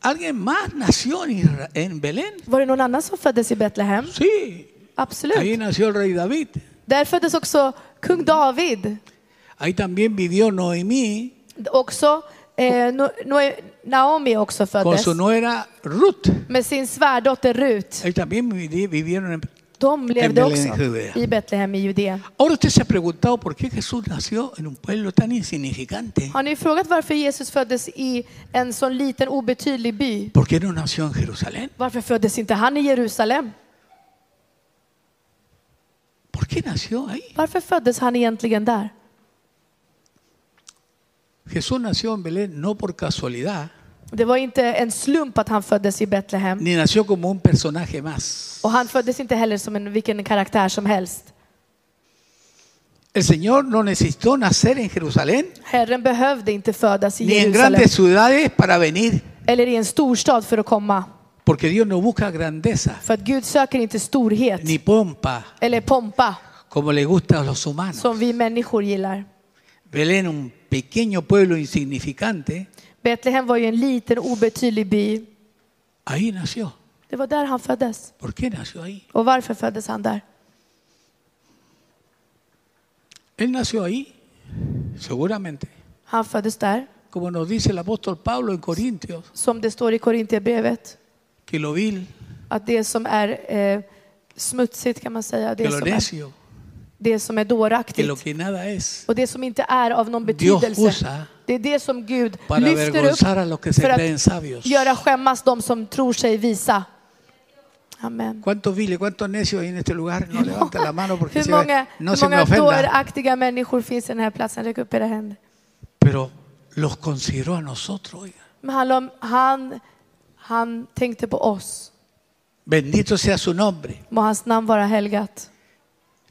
S1: ¿Alguien más nació en, Isra- en Belén?
S2: Var det någon annan som föddes i Betlehem?
S1: Sí, ahí
S2: Absolut.
S1: nació el rey David.
S2: Där föddes också kung David.
S1: Ahí también vivió Noemí
S2: Också eh, No- No- Naomi
S1: con
S2: också föddes
S1: su nuera Ruth.
S2: med sin svärdotter Rut.
S1: Ahí también vivi- vivieron en
S2: De levde
S1: Betlehem,
S2: också
S1: Judea.
S2: i Betlehem i Judeen.
S1: Ahora usted se ha preguntado por qué Jesús nació en un pueblo tan insignificante.
S2: Har ni frågat varför Jesus föddes i en sån liten obetydlig by?
S1: ¿Por qué no nació en Jerusalén?
S2: Varför föddes inte han i Jerusalem?
S1: ¿Por qué nació ahí?
S2: Varför föddes han egentligen där?
S1: Jesús nació en Belén no por casualidad,
S2: Det var inte en slump att han föddes i Betlehem.
S1: ni nació como un personaje más.
S2: Och han föddes inte heller som en, vilken karaktär som helst.
S1: El Señor no necesitó nacer en Jerusalén
S2: Herren behövde inte födas i
S1: ni en
S2: Jerusalem
S1: grandes ciudades para venir,
S2: eller i en storstad för att komma.
S1: porque Dios no busca grandeza
S2: För att Gud söker inte storhet
S1: ni pompa
S2: eller pompa
S1: como le gusta a los humanos.
S2: som vi människor gillar.
S1: Belén, un pequeño pueblo insignificante,
S2: Betlehem var ju en liten obetydlig by.
S1: ahí nació.
S2: Det var där han föddes.
S1: ¿Por qué nació ahí?
S2: Och varför föddes han där?
S1: Él nació ahí, seguramente.
S2: Han föddes där,
S1: Como nos dice el apóstol Pablo en Corintios,
S2: som det står i Korintierbrevet,
S1: que lo vil,
S2: att det som är eh, smutsigt kan man säga,
S1: que
S2: det
S1: lo
S2: som är,
S1: necio,
S2: det som är
S1: que lo
S2: dåraktigt
S1: que nada es,
S2: och det som inte är av någon
S1: Dios
S2: betydelse.
S1: usa
S2: Det är det som Gud
S1: para
S2: lyfter upp
S1: avergonzar a los que se
S2: för
S1: creen
S2: att
S1: sabios.
S2: göra skämmas de som tror sig visa. Amen.
S1: ¿Cuántos viles, cuántos necios hay en este lugar? No levanta la mano porque
S2: Hur
S1: se me-
S2: många,
S1: no
S2: hur
S1: se me
S2: många
S1: ofenda.
S2: dåraktiga människor finns i den här platsen? Räck upp era händer.
S1: Pero los consideró a nosotros. oiga.
S2: Men han, han, han tänkte på oss.
S1: Bendito sea su nombre.
S2: Må hans namn vara helgat.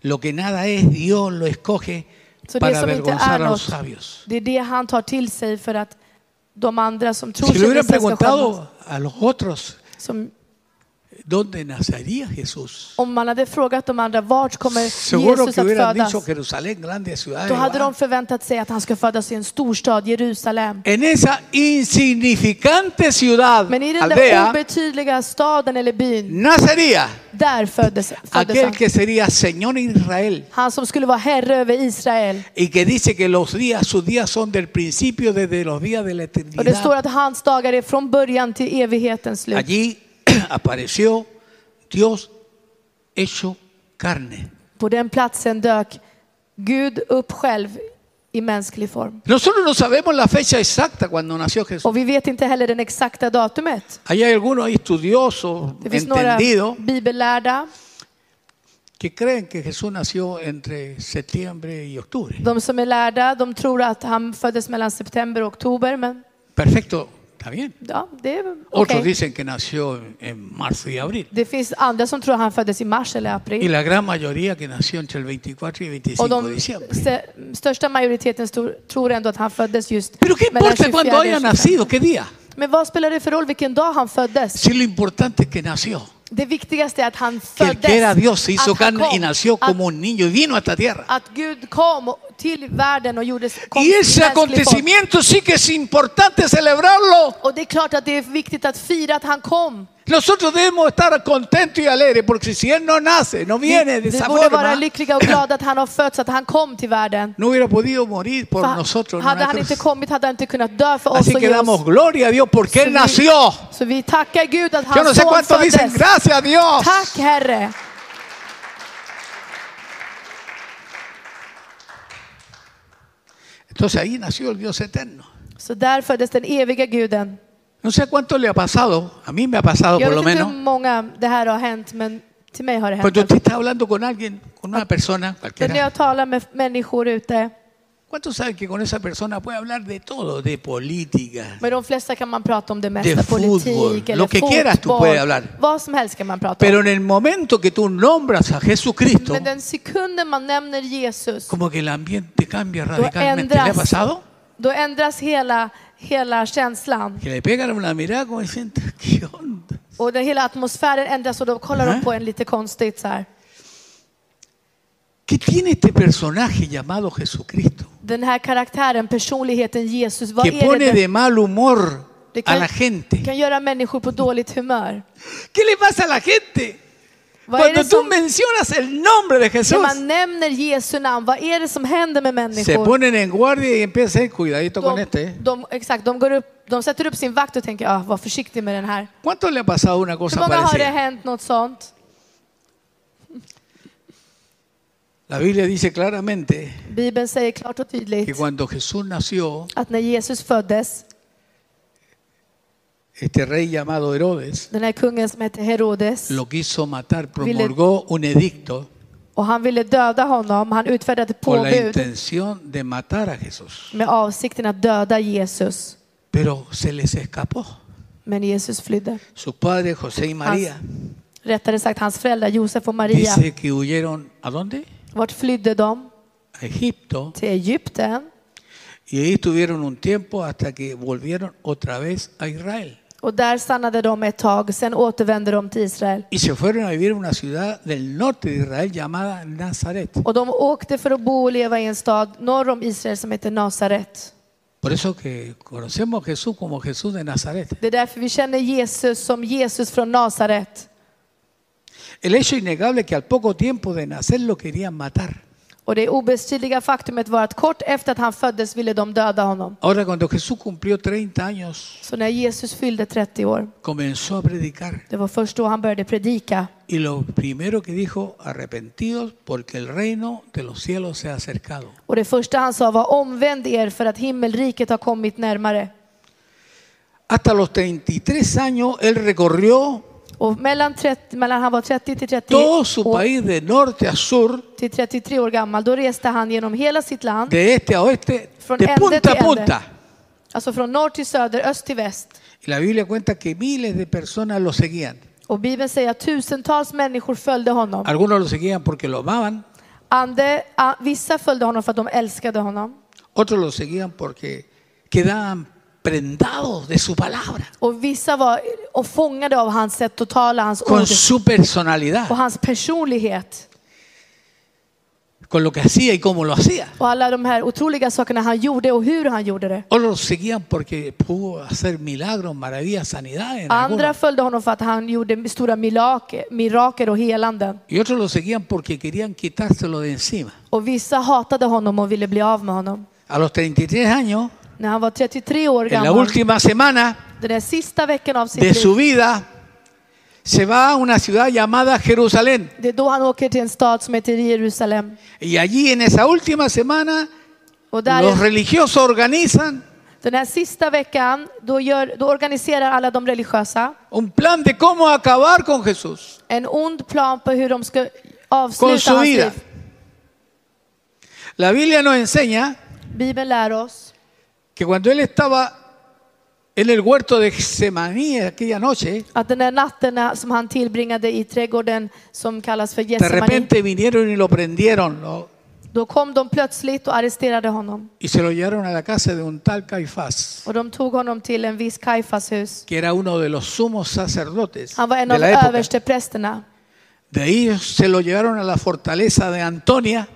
S1: Lo que nada es, Dios lo escoge
S2: Så det
S1: para
S2: som inte är
S1: avergonzar a los
S2: något,
S1: sabios.
S2: det är det han tar till sig för att de andra som tror
S1: Si le
S2: sig
S1: hubieran
S2: vissa ska skämmas.
S1: preguntado a los otros
S2: Som,
S1: dónde nacería Jesús,
S2: om man hade frågat de andra vart kommer
S1: seguro
S2: Jesus
S1: que
S2: att
S1: hubieran
S2: födas?
S1: dicho Jerusalén, grande ciudad.
S2: Då hade
S1: Iván.
S2: de förväntat sig att han ska födas i en storstad, Jerusalem.
S1: En esa insignificante ciudad,
S2: Men i den där
S1: aldea,
S2: obetydliga staden eller byn,
S1: nacería
S2: där föddes, föddes
S1: aquel
S2: han.
S1: que sería Señor en Israel.
S2: Han som skulle vara herre över Israel.
S1: y que dice que los días, sus días son del principio desde los días de la
S2: Och det står
S1: eternidad.
S2: att hans dagar är från början till evighetens slut.
S1: Allí apareció Dios hecho carne.
S2: På den platsen dök Gud upp själv i mänsklig form.
S1: Nosotros no sabemos la fecha exacta cuando nació Jesús.
S2: Och vi vet inte heller den exakta datumet.
S1: Ahí hay algunos estudiosos,
S2: Det finns
S1: entendidos,
S2: några bibellärda,
S1: que creen que Jesús nació entre septiembre y octubre.
S2: de som är lärda, de tror att han föddes mellan september och oktober, men
S1: Perfecto, está bien.
S2: ja, det är okej.
S1: Otros dicen que nació en- en marzo y abril.
S2: Det finns andra som tror att han föddes i mars eller april.
S1: Y la gran mayoría que nació entre el 24 y el
S2: Och
S1: 25 de
S2: de
S1: diciembre.
S2: st- största majoriteten stor, tror ändå att han föddes just
S1: Pero ¿qué importa cuándo
S2: och
S1: haya
S2: 25?
S1: nacido? ¿Qué día?
S2: Men vad spelar det för roll vilken dag han föddes?
S1: Si lo importante es que nació.
S2: Det viktigaste är att han
S1: Que el que era
S2: föddes.
S1: Dios se hizo
S2: att, han
S1: carne y
S2: kom,
S1: nació
S2: att,
S1: como un niño y vino a esta tierra.
S2: att Gud kom till världen och gjordes kom
S1: Y
S2: i
S1: ese
S2: mänsklig form.
S1: acontecimiento sí que es importante celebrarlo.
S2: Och det är klart att det är viktigt att fira att han kom.
S1: Nosotros debemos estar contentos y alegres porque si Él no nace, no viene de
S2: vi
S1: esa
S2: borde vara
S1: forma,
S2: lyckliga och glada att han har fötts, att han kom till världen.
S1: no hubiera podido morir
S2: För
S1: por
S2: han-
S1: nosotros. en
S2: hade
S1: una
S2: han inte
S1: cruz.
S2: kommit hade han inte kunnat dö för oss
S1: Así
S2: och
S1: que
S2: ge oss
S1: damos gloria a Dios porque Él
S2: Så vi-
S1: nació.
S2: Så vi tackar Gud att
S1: Yo no
S2: hans
S1: sé
S2: son
S1: cuántos dicen
S2: föddes.
S1: gracias a Dios.
S2: Tack Herre.
S1: Entonces ahí nació el Dios eterno.
S2: Så där föddes den eviga guden.
S1: No sé cuánto le ha pasado, a mí me ha pasado
S2: Jag
S1: por
S2: vet
S1: lo
S2: inte hur
S1: menos.
S2: många det här har hänt, men till mig har det hänt.
S1: Cuando
S2: alltså.
S1: usted está hablando con alguien, con una persona
S2: Men när
S1: cualquiera,
S2: jag talar med människor ute,
S1: ¿cuántos saben que con esa persona puede hablar de todo? De política,
S2: med de flesta kan man prata om det mesta,
S1: Det är
S2: politik
S1: fotboll.
S2: eller
S1: Lo que quieras tú
S2: fotboll.
S1: puedes hablar.
S2: Vad som helst kan man prata om.
S1: Pero en el momento que tú nombras a Jesucristo,
S2: Men den sekunden man nämner Jesus,
S1: como que el ambiente cambia
S2: då
S1: radicalmente. ¿Le ha
S2: ändras,
S1: pasado?
S2: då ändras hela, hela känslan.
S1: Que le pegan una mirada como diciendo, ¿qué onda?
S2: Och den hela atmosfären ändras och då kollar
S1: Nej.
S2: de på en lite konstigt så här.
S1: ¿Qué tiene este personaje llamado Jesucristo?
S2: Den här karaktären, personligheten Jesus, vad
S1: Que
S2: är
S1: pone
S2: det
S1: de mal humor
S2: Det
S1: a
S2: kan,
S1: la gente.
S2: kan göra människor på dåligt humör.
S1: ¿Qué le pasa a la gente?
S2: Vad är
S1: Cuando
S2: det
S1: tú
S2: som,
S1: mencionas el nombre de
S2: när
S1: Jesús,
S2: man nämner Jesu namn, vad är det som händer med
S1: se
S2: människor?
S1: ponen en guardia y empiezan a decir, cuidadito con
S2: De,
S1: este. ¿eh?".
S2: de, exakt, de, går upp, de sätter upp sin vakt och tänker ah, var försiktig med den här.
S1: ¿Cuánto le ha pasado una
S2: Hur
S1: cosa
S2: många har det
S1: parecida?
S2: hänt något sånt?
S1: La Biblia dice claramente
S2: Bibeln säger klart och
S1: que
S2: tydligt
S1: cuando Jesús nació,
S2: att när Jesus föddes,
S1: este rey llamado Herodes,
S2: den här kungen som hette Herodes,
S1: lo quiso matar,
S2: Ville-
S1: promulgó un edicto
S2: och han ville döda honom, han utfärdade ett
S1: con la
S2: påbud
S1: intención de matar a Jesús.
S2: med avsikten att döda Jesus.
S1: Pero se les escapó.
S2: Men Jesus flydde.
S1: Sus padres, José y María,
S2: Rättare sagt hans föräldrar Josef och Maria.
S1: dice que huyeron a dónde?
S2: Vart flydde de?
S1: A Egipto.
S2: Till Egypten.
S1: Y ahí estuvieron un tiempo hasta que volvieron otra vez a Israel.
S2: Och där stannade de ett tag, sen återvände de till Israel.
S1: Y se fueron a vivir a una ciudad del norte de Israel llamada Nazaret.
S2: Och de åkte för att bo och leva i en stad norr om Israel som heter Nasaret.
S1: Por eso que conocemos a Jesús como Jesús de Nazaret.
S2: Det är därför vi känner Jesus som Jesus från Nasaret.
S1: El hecho innegable es que al poco tiempo de nacer lo querían matar.
S2: Och det obestridliga faktumet var att kort efter att han föddes ville de döda honom.
S1: Ahora cuando Jesús cumplió 30 años,
S2: Så när Jesus fyllde 30 år,
S1: comenzó a predicar.
S2: det var först då han började predika.
S1: Y lo primero que dijo, arrepentidos porque el reino de los cielos se ha acercado.
S2: Och det första han sa var omvänd er för att himmelriket har kommit närmare.
S1: Hasta los 33 años él recorrió
S2: Och mellan, 30, mellan han var 30 till 30
S1: todo su
S2: år,
S1: país de norte a sur,
S2: till 33 år gammal, då reste han genom hela sitt land,
S1: de este a oeste,
S2: Från
S1: de
S2: ände
S1: punta a
S2: till ände.
S1: punta.
S2: alltså från norr till söder, öst till väst.
S1: Y la Biblia cuenta que miles de personas lo seguían.
S2: Och Bibeln säger att tusentals människor följde honom.
S1: Algunos lo seguían porque lo amaban,
S2: Ande, a, vissa följde honom för att de älskade honom.
S1: otros lo seguían porque quedaban prendados de su palabra,
S2: Och vissa var och fångade av hans sätt att tala, hans
S1: con
S2: ord
S1: su personalidad,
S2: och hans personlighet.
S1: con lo que hacía y cómo lo hacía.
S2: Och alla de här otroliga sakerna han gjorde och hur han gjorde det.
S1: Otros lo seguían porque pudo hacer milagros, maravillas, sanidades. en
S2: Andra
S1: algunos.
S2: följde honom för att han gjorde stora milake- mirakel och helanden.
S1: Y otros lo seguían porque querían quitárselo de encima.
S2: Och vissa hatade honom och ville bli av med honom.
S1: A los 33 años,
S2: När han var 33 år
S1: en la
S2: gammal,
S1: última semana
S2: den där sista veckan av sitt
S1: de
S2: liv,
S1: su vida, se va a una ciudad llamada Jerusalén.
S2: Det är då han åker till en stad som heter Jerusalem.
S1: Y allí en esa última semana
S2: Och där
S1: los religiosos organizan
S2: den här sista veckan, då, gör, då organiserar alla de religiösa
S1: un plan de cómo acabar con Jesús,
S2: en ond plan på hur de ska avsluta
S1: Con su
S2: hans
S1: vida.
S2: liv.
S1: la Biblia nos enseña
S2: Bibeln lär oss
S1: que cuando él estaba en el huerto de Getsemaní aquella noche,
S2: att den där natten när- som han tillbringade i trädgården som kallas för
S1: de
S2: Getsemane,
S1: repente vinieron y lo prendieron lo-
S2: då kom de plötsligt och arresterade honom.
S1: y se lo llevaron a la casa de un tal Caifás,
S2: Och de tog honom till en viss Kaifas hus.
S1: que era uno de los sumos sacerdotes
S2: Han var en
S1: de
S2: av
S1: la época.
S2: översteprästerna.
S1: De ahí se lo llevaron a la fortaleza de Antonia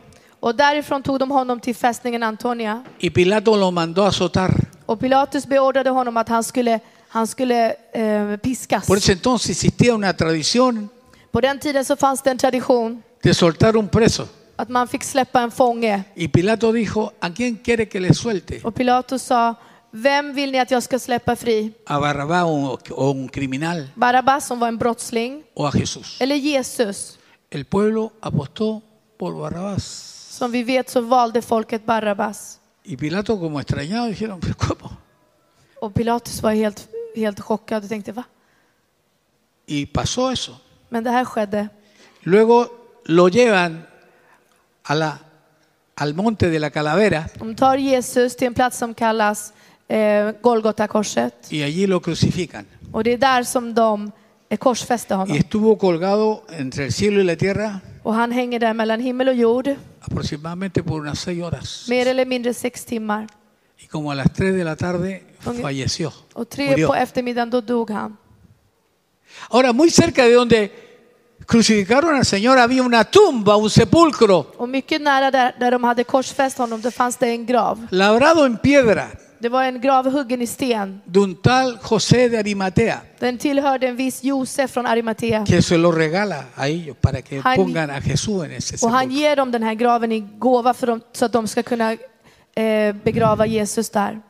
S2: Och därifrån tog de honom till fästningen Antonia.
S1: y Pilato lo mandó a azotar.
S2: Och Pilatus beordrade honom att han skulle, han skulle eh, piskas.
S1: Por ese entonces existía una tradición
S2: På den tiden så fanns det en tradition
S1: de soltar un preso.
S2: att man fick släppa en fånge.
S1: Y Pilato dijo, ¿a quién quiere que le suelte?
S2: Och Pilatus sa, vem vill ni att jag ska släppa fri?
S1: ¿A Barrabás o o un criminal
S2: Barabbas som var en brottsling,
S1: o a Jesús?
S2: eller Jesus?
S1: El pueblo apostó por Barrabás.
S2: Som vi vet så valde folket Barabbas.
S1: Y Pilato como extrañado dijeron, "¿Pero ¿cómo?
S2: Och Pilatus var helt, helt chockad och tänkte, va?
S1: Y pasó eso.
S2: Men det här skedde.
S1: Luego lo llevan a la, al monte de la calavera
S2: De tar Jesus till en plats som kallas eh, Golgatakorset.
S1: y allí lo crucifican.
S2: Och det är där som de eh, korsfäste
S1: Y
S2: honom.
S1: estuvo colgado entre el cielo y la tierra
S2: Och han hänger där mellan himmel och jord,
S1: aproximadamente por unas seis horas.
S2: mer eller mindre sex timmar.
S1: Y como a las tres de la tarde
S2: Ok.
S1: falleció.
S2: Och tre
S1: murió.
S2: på eftermiddagen, då dog han.
S1: Ahora, muy cerca de donde crucificaron al Señor había una tumba, un sepulcro,
S2: Och mycket nära där, där de hade korsfäst honom, då fanns det en grav.
S1: labrado en piedra
S2: Det var en grav huggen i sten.
S1: de un tal José de Arimatea,
S2: Den tillhörde en viss Josef från Arimatea.
S1: que se lo regala a ellos para que
S2: Han-
S1: pongan a Jesús en ese
S2: Och han
S1: sepulcro.
S2: ger dem den här graven i gåva för dem, så att de ska kunna eh, begrava Jesus där.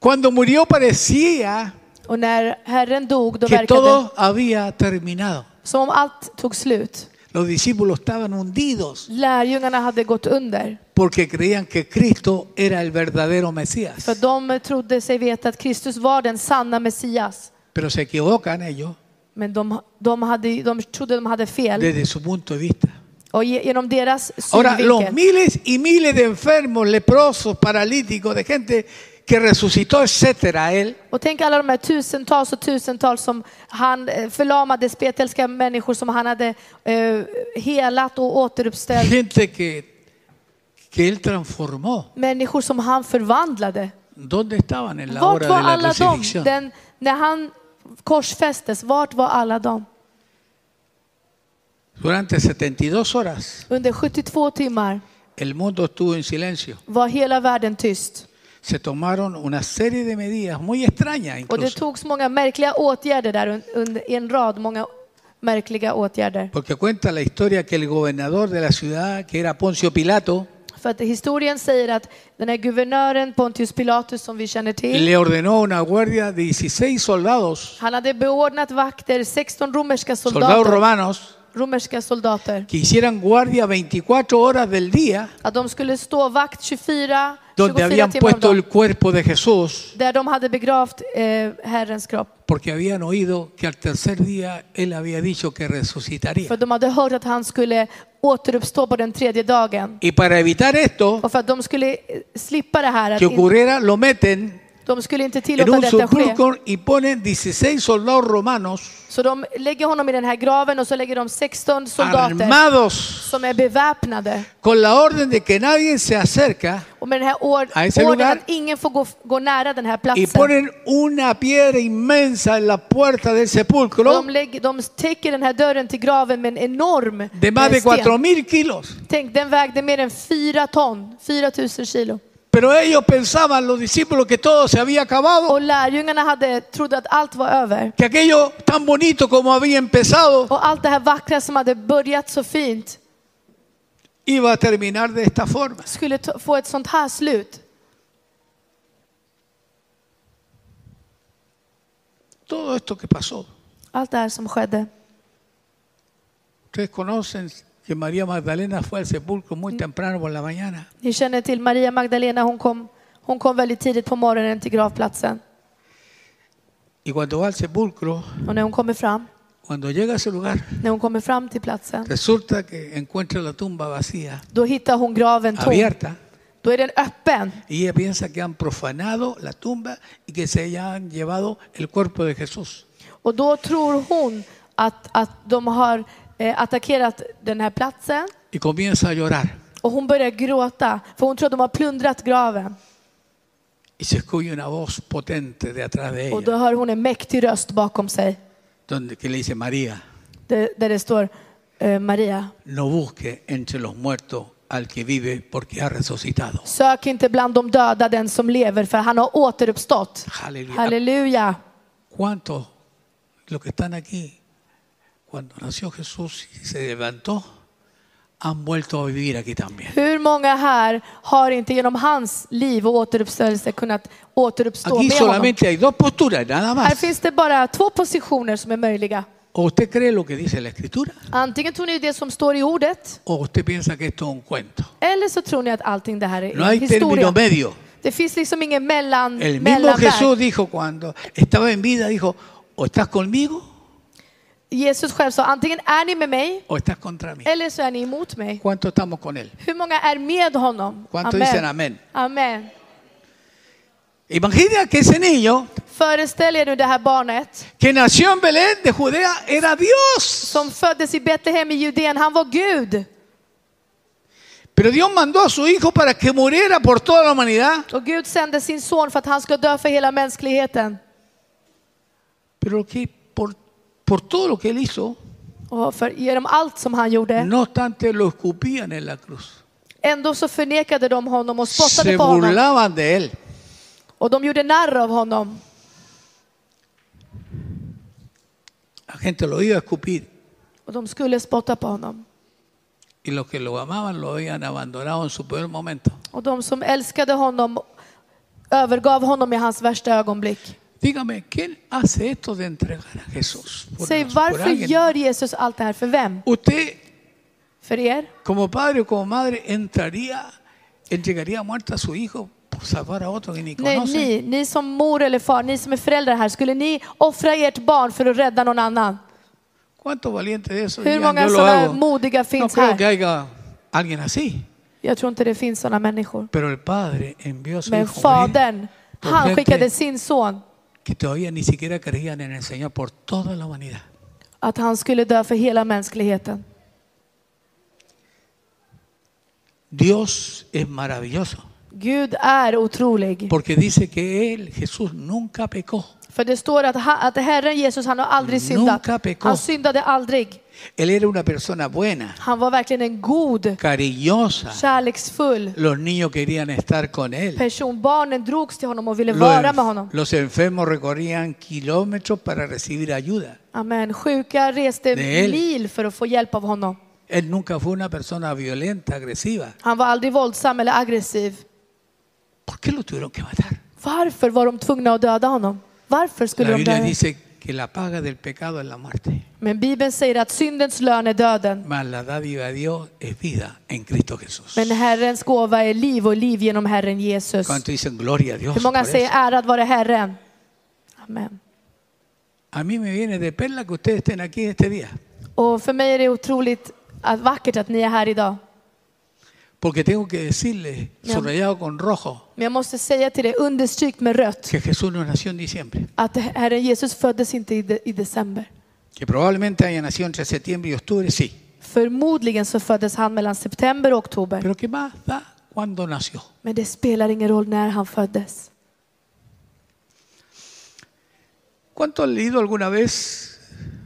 S1: Cuando murió parecía
S2: Och när Herren dog, då
S1: que
S2: verkade
S1: todo había terminado.
S2: som om allt tog slut.
S1: Los discípulos estaban hundidos
S2: Lärjungarna hade gått under,
S1: porque creían que Cristo era el verdadero Mesías.
S2: för de trodde sig veta att Kristus var den sanna Messias.
S1: Pero se equivocan ellos
S2: Men de, de, hade, de trodde de hade fel.
S1: desde su punto de vista.
S2: Och ge- genom deras
S1: Ahora, los
S2: synvinkel.
S1: miles y miles de enfermos, leprosos, paralíticos, de gente que resucitó, etcétera, él,
S2: Och tänk alla de här tusentals och tusentals som han eh, förlamade, spetälska människor som han hade eh, helat och återuppställt.
S1: gente que, que él transformó.
S2: Människor som han förvandlade.
S1: ¿Dónde estaban en la
S2: Vart
S1: hora
S2: var
S1: de la
S2: alla dem?
S1: crucifixión?
S2: Den, när han korsfästes, vart var alla dem?
S1: Durante 72 horas,
S2: Under 72 timmar
S1: el mundo estuvo en silencio.
S2: var hela världen tyst.
S1: Se tomaron una serie de medidas muy extrañas,
S2: Och det
S1: incluso,
S2: togs många märkliga åtgärder där, un- under en rad många märkliga åtgärder.
S1: porque cuenta la historia que el gobernador de la ciudad, que era Poncio Pilato,
S2: För att historien säger att den här guvernören Pontius Pilatus som vi känner till,
S1: le ordenó una guardia de 16 soldados,
S2: han hade beordnat vakter, 16 romerska
S1: soldados
S2: soldater,
S1: romanos,
S2: romerska soldater,
S1: que hicieran guardia 24 horas del día
S2: att de skulle stå vakt 24,
S1: donde
S2: 24
S1: habían
S2: timmar om
S1: puesto
S2: dagen,
S1: el cuerpo de Jesús,
S2: där de hade begravt eh, Herrens kropp.
S1: porque habían oído que al tercer día Él había dicho que resucitaría.
S2: För de hade hört att han skulle återuppstå på den tredje dagen.
S1: Y para evitar esto,
S2: Och för att de skulle eh, slippa det här, att
S1: que
S2: in,
S1: ocurriera, lo meten
S2: de skulle inte
S1: en
S2: tillåta
S1: un
S2: detta ske.
S1: sepulcro y ponen 16 soldados romanos
S2: Så de lägger honom i den här graven och så lägger de 16 soldater
S1: armados
S2: som är beväpnade.
S1: con la orden de que nadie se acerca
S2: Och med den här or-
S1: A ese
S2: ordningen
S1: lugar.
S2: att ingen får gå, gå nära den här
S1: y
S2: platsen.
S1: ponen una piedra inmensa en la puerta del
S2: Och
S1: sepulcro
S2: De, lägger, de täcker den här dörren till graven med en enorm
S1: de más
S2: eh,
S1: de
S2: sten.
S1: 4.000 kilos.
S2: Tänk, den vägde mer än 4 ton, 4000 kilo.
S1: Pero ellos pensaban, los discípulos, que todo se había acabado.
S2: Och lärjungarna hade, trodde att allt var över.
S1: que aquello tan bonito como había empezado
S2: Och allt det här vackra som hade börjat så fint
S1: iba a terminar de esta forma.
S2: skulle ta- få ett sånt här slut.
S1: Todo esto que pasó
S2: Allt det här som skedde.
S1: Ustedes conocen que María Magdalena fue al sepulcro muy temprano por la mañana.
S2: Ni känner till Maria Magdalena, hon kom, hon kom väldigt tidigt på morgonen till gravplatsen.
S1: Y cuando va al sepulcro,
S2: Och när hon kommer fram,
S1: cuando llega a ese lugar,
S2: när hon kommer fram till platsen,
S1: resulta que encuentra la tumba vacía,
S2: då hittar hon graven tom.
S1: abierta.
S2: Då är den öppen.
S1: Y ella piensa que han profanado la tumba y que se hayan llevado el cuerpo de Jesús.
S2: Och då tror hon att, att de har eh, attackerat den här platsen
S1: Y comienza a llorar.
S2: och hon börjar gråta för hon tror att de har plundrat graven.
S1: Y se escucha una voz potente de atrás de
S2: Och då
S1: ella,
S2: hör hon en mäktig röst bakom sig
S1: donde, que le dice, María,
S2: där, där det står eh, Maria.
S1: no busque entre los muertos al que vive porque ha resucitado.
S2: Sök inte bland de döda den som lever för han har återuppstått.
S1: Halleluja.
S2: Halleluja.
S1: ¿Cuántos los que están aquí, cuando nació Jesús y se levantó, han vuelto a vivir aquí también?
S2: Hur många här har inte genom hans liv och återuppståelse kunnat återuppstå
S1: Aquí
S2: med honom?
S1: solamente hay dos posturas, nada
S2: Här
S1: más.
S2: finns det bara två positioner som är möjliga.
S1: ¿O usted cree lo que dice la Escritura?
S2: Antingen tror ni det som står i ordet
S1: ¿O usted piensa que esto es un cuento?
S2: Eller så tror ni att allting det här är
S1: No hay término
S2: historia.
S1: medio.
S2: Det finns liksom ingen mellan,
S1: El mismo
S2: mellanväg.
S1: Jesús dijo cuando estaba en vida, dijo, o estás conmigo
S2: Jesus själv sa antingen är ni med mig
S1: o estás contra mí.
S2: eller så är ni emot mig.
S1: ¿Cuánto estamos con Él?
S2: Hur många är med honom?
S1: Cuánto dicen amen?
S2: Amen.
S1: Imagina que ese niño
S2: Föreställ er nu det här barnet
S1: que nació en Belén de Judea era Dios.
S2: som föddes i Betlehem i Judeen. Han var Gud.
S1: Pero Dios mandó a su hijo para que muriera por toda la humanidad.
S2: Och Gud sände sin son för att han ska dö för hela mänskligheten.
S1: Pero lo que por, por todo lo que Él hizo,
S2: Och för, genom allt som han gjorde.
S1: no obstante lo escupían en la cruz.
S2: Ändå så förnekade de honom och
S1: Se
S2: spottade på honom.
S1: burlaban de Él.
S2: Och de gjorde narr av honom.
S1: La gente lo iba a escupir.
S2: Och de skulle spotta på honom.
S1: Y los que lo amaban lo habían abandonado en su peor momento.
S2: Och de som älskade honom övergav honom i hans värsta ögonblick.
S1: Dígame, ¿quién hace esto de entregar a Jesús? por
S2: Säg,
S1: nos- por
S2: varför
S1: alguien?
S2: gör Jesus allt det här för vem?
S1: Usted,
S2: För er?
S1: como padre o como madre, entraría, entregaría muerto a su hijo por salvar a otro que ni
S2: Nej,
S1: conoce.
S2: ni, ni som mor eller far, ni som är föräldrar här, skulle ni offra ert barn för att rädda någon annan?
S1: ¿Cuántos valientes de eso?
S2: Hur
S1: dirían,
S2: många
S1: yo lo
S2: sådana
S1: hago?
S2: modiga
S1: No
S2: finns
S1: creo que
S2: här?
S1: haya alguien así.
S2: Jag tror inte det finns sådana människor.
S1: Pero el padre envió a su
S2: Men
S1: hijo a morir
S2: fadern,
S1: por
S2: han
S1: gente
S2: skickade sin son
S1: que todavía ni siquiera creían en el Señor por toda la humanidad.
S2: att han skulle dö för hela mänskligheten.
S1: Dios es maravilloso
S2: Gud är otrolig.
S1: porque dice que él, Jesús, nunca pecó.
S2: För det står att, ha- att Herren Jesus, han har aldrig syndat.
S1: Nunca pecó.
S2: Han syndade aldrig.
S1: Él era una persona buena,
S2: Han var verkligen en god,
S1: cariñosa.
S2: kärleksfull
S1: Los niños querían estar con él.
S2: person. Barnen drogs till honom och ville
S1: Los,
S2: vara med honom.
S1: los enfermos recorrían kilómetros para recibir ayuda.
S2: Amen. Sjuka reste
S1: Det är-
S2: mil för att få hjälp av honom.
S1: Él nunca fue una persona violenta, agresiva.
S2: Han var aldrig våldsam eller aggressiv.
S1: ¿Por qué lo tuvieron que matar?
S2: Varför var de tvungna att döda honom? Varför skulle
S1: La
S2: de
S1: Biblia
S2: döda
S1: dice que la paga del pecado es la muerte,
S2: Men Bibeln säger att syndens lön är döden.
S1: mas la dádiva de Dios es vida en Cristo Jesús.
S2: Men Herrens gåva är liv och liv genom Herren Jesus.
S1: ¿Cuánto dicen gloria a Dios?
S2: Hur många
S1: por
S2: säger
S1: eso?
S2: ärad vare Herren? Amen.
S1: A mí me viene de perla que ustedes estén aquí este día,
S2: Och för mig är det otroligt att- vackert att ni är här idag.
S1: porque tengo que decirles,
S2: Ya.
S1: subrayado con rojo,
S2: Men jag måste säga till dig, understrykt med rött,
S1: que Jesús no nació en diciembre,
S2: att Herren Jesus föddes inte i, de, i december.
S1: que probablemente haya nacido entre septiembre y octubre, sí,
S2: Förmodligen så föddes han mellan september och oktober.
S1: pero ¿qué más da cuándo nació?
S2: Men det spelar ingen roll när han föddes.
S1: ¿Cuánto han leído alguna vez,